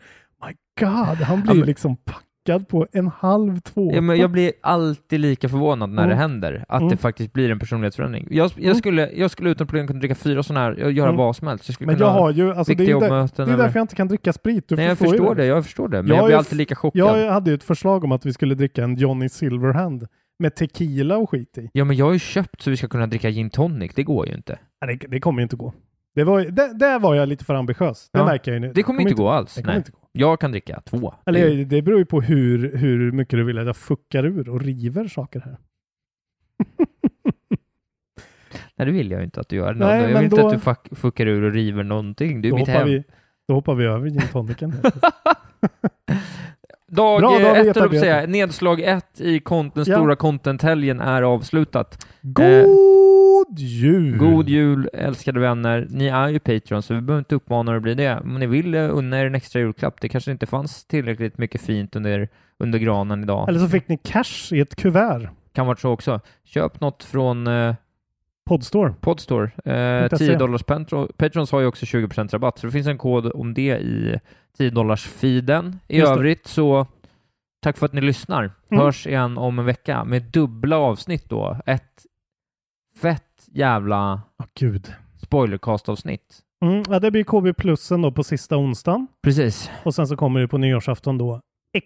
Speaker 4: my god, han blir
Speaker 5: Ja, men-
Speaker 4: liksom packad på en halv två.
Speaker 5: Ja, men jag blir alltid lika förvånad när
Speaker 4: Mm.
Speaker 5: det händer, att
Speaker 4: Mm.
Speaker 5: det faktiskt blir en personlighetsförändring. Jag, jag, skulle, jag skulle utan problem kunna dricka fyra sådana här, och göra
Speaker 4: Mm.
Speaker 5: vad som helst. Jag skulle
Speaker 4: Men
Speaker 5: kunna
Speaker 4: jag har ju, alltså det är,
Speaker 5: viktiga
Speaker 4: ju där,
Speaker 5: jobbmöten
Speaker 4: det är
Speaker 5: eller...
Speaker 4: därför jag inte kan dricka sprit. Du
Speaker 5: Nej, jag
Speaker 4: ju
Speaker 5: förstår det. jag förstår det. Men
Speaker 4: Jag
Speaker 5: jag,
Speaker 4: är
Speaker 5: blir
Speaker 4: ju-
Speaker 5: alltid lika chockad.
Speaker 4: Jag hade ju ett förslag om att vi skulle dricka en Johnny Silverhand med tequila och skit i.
Speaker 5: Ja, men jag har ju köpt så vi ska kunna dricka gin tonic. Det går ju inte.
Speaker 4: Nej, det, det kommer ju inte gå. Det var, ju- där, där var jag lite för ambitiös. Det
Speaker 5: Ja.
Speaker 4: märker jag ju nu.
Speaker 5: Det kommer inte gå alls.
Speaker 4: Det kommer
Speaker 5: Nej.
Speaker 4: inte gå.
Speaker 5: Jag kan dricka två.
Speaker 4: Eller det, det beror ju på hur, hur mycket du vill att jag fuckar ur och river saker här.
Speaker 5: Nej, det vill jag ju inte att du gör.
Speaker 4: Nej,
Speaker 5: jag vill
Speaker 4: men
Speaker 5: inte
Speaker 4: då-
Speaker 5: att du fuck, fuckar ur och river någonting. Det är
Speaker 4: Då
Speaker 5: mitt
Speaker 4: hoppar,
Speaker 5: hem.
Speaker 4: vi, då hoppar vi över gin tonicen.
Speaker 5: Dag
Speaker 4: Bra, då har vi
Speaker 5: eh, ett, höll jag på
Speaker 4: etablerat
Speaker 5: att säga. Nedslag ett i kont- den
Speaker 4: Ja.
Speaker 5: stora contenthelgen är avslutat.
Speaker 4: God jul!
Speaker 5: Eh, God jul, älskade vänner. Ni är ju Patreon, så vi behöver inte uppmana er att bli det. Om ni vill eh, unna er en extra julklapp, det kanske inte fanns tillräckligt mycket fint under, under granen idag.
Speaker 4: Eller så fick ni cash i ett kuvert.
Speaker 5: Kan vara så också. Köp något från eh,
Speaker 4: Podstore.
Speaker 5: Podstore. Eh,
Speaker 4: .se.
Speaker 5: 10 dollars Patro- Patrons har ju också 20% rabatt, så det finns en kod om det i 10 dollars feeden. I
Speaker 4: Just det. Mm.
Speaker 5: övrigt så tack för att ni lyssnar. Hörs igen om en vecka med dubbla avsnitt då. Ett fett jävla
Speaker 4: Åh gud.
Speaker 5: spoilercast-avsnitt.
Speaker 4: Mm, ja, det blir KB plusen då på sista onsdagen.
Speaker 5: Precis.
Speaker 4: Och sen så kommer det på nyårsafton då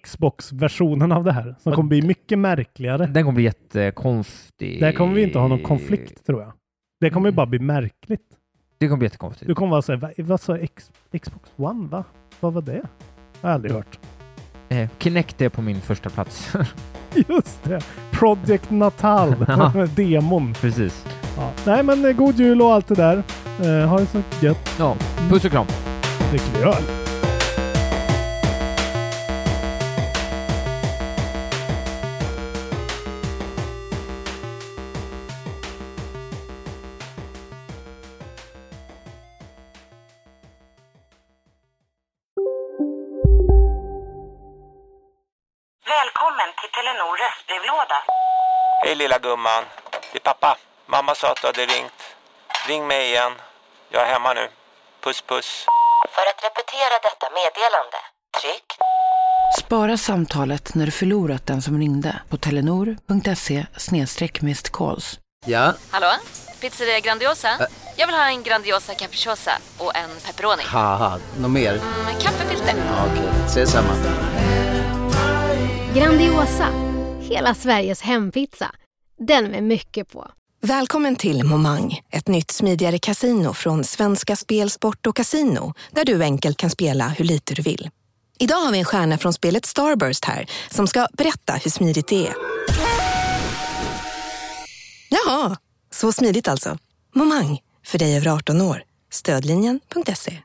Speaker 4: Xbox-versionen av det här. Som kommer bli mycket märkligare.
Speaker 5: Den kommer bli jättekonstig.
Speaker 4: Där kommer vi inte ha någon konflikt tror jag. Det kommer ju bara bli märkligt.
Speaker 5: Det kommer bli jättekonstigt.
Speaker 4: Du kommer vara såhär, "Va- vad sa X- Xbox One va? Vad var det? Jag har aldrig hört. *laughs*
Speaker 5: Eh, Kinect är på min första plats. *laughs*
Speaker 4: Just det! Project Natal.
Speaker 5: Ja.
Speaker 4: *laughs* Demon.
Speaker 5: Precis.
Speaker 4: Ja. Nej men eh, god jul och allt det där. Eh, ha det så gött.
Speaker 5: Ja, puss och kram.
Speaker 4: Drick öl.
Speaker 7: Välkommen till Telenor röstbrevlåda.
Speaker 8: Hej lilla gumman. Det är pappa. Mamma sa att du hade ringt. Ring mig igen. Jag är hemma nu. Puss puss.
Speaker 7: För att repetera detta meddelande, tryck
Speaker 9: Spara samtalet när du förlorat den som ringde på telenor.se missed calls.
Speaker 10: Ja,
Speaker 11: Hallå? Pizzeria Grandiosa? Jag vill ha en Grandiosa capriciosa och en pepperoni.
Speaker 10: haha, något mer?
Speaker 11: Med kaffefilter.
Speaker 10: Ja, Okej, ses samma.
Speaker 12: Grandiosa, hela Sveriges hempizza. Den med mycket på.
Speaker 13: Välkommen till Momang, ett nytt smidigare kasino från Svenska Spel, Sport och Casino där du enkelt kan spela hur lite du vill. Idag har vi en stjärna från spelet Starburst här som ska berätta hur smidigt det är. Jaha, så smidigt alltså. Momang, för dig över 18 år. Stödlinjen.se.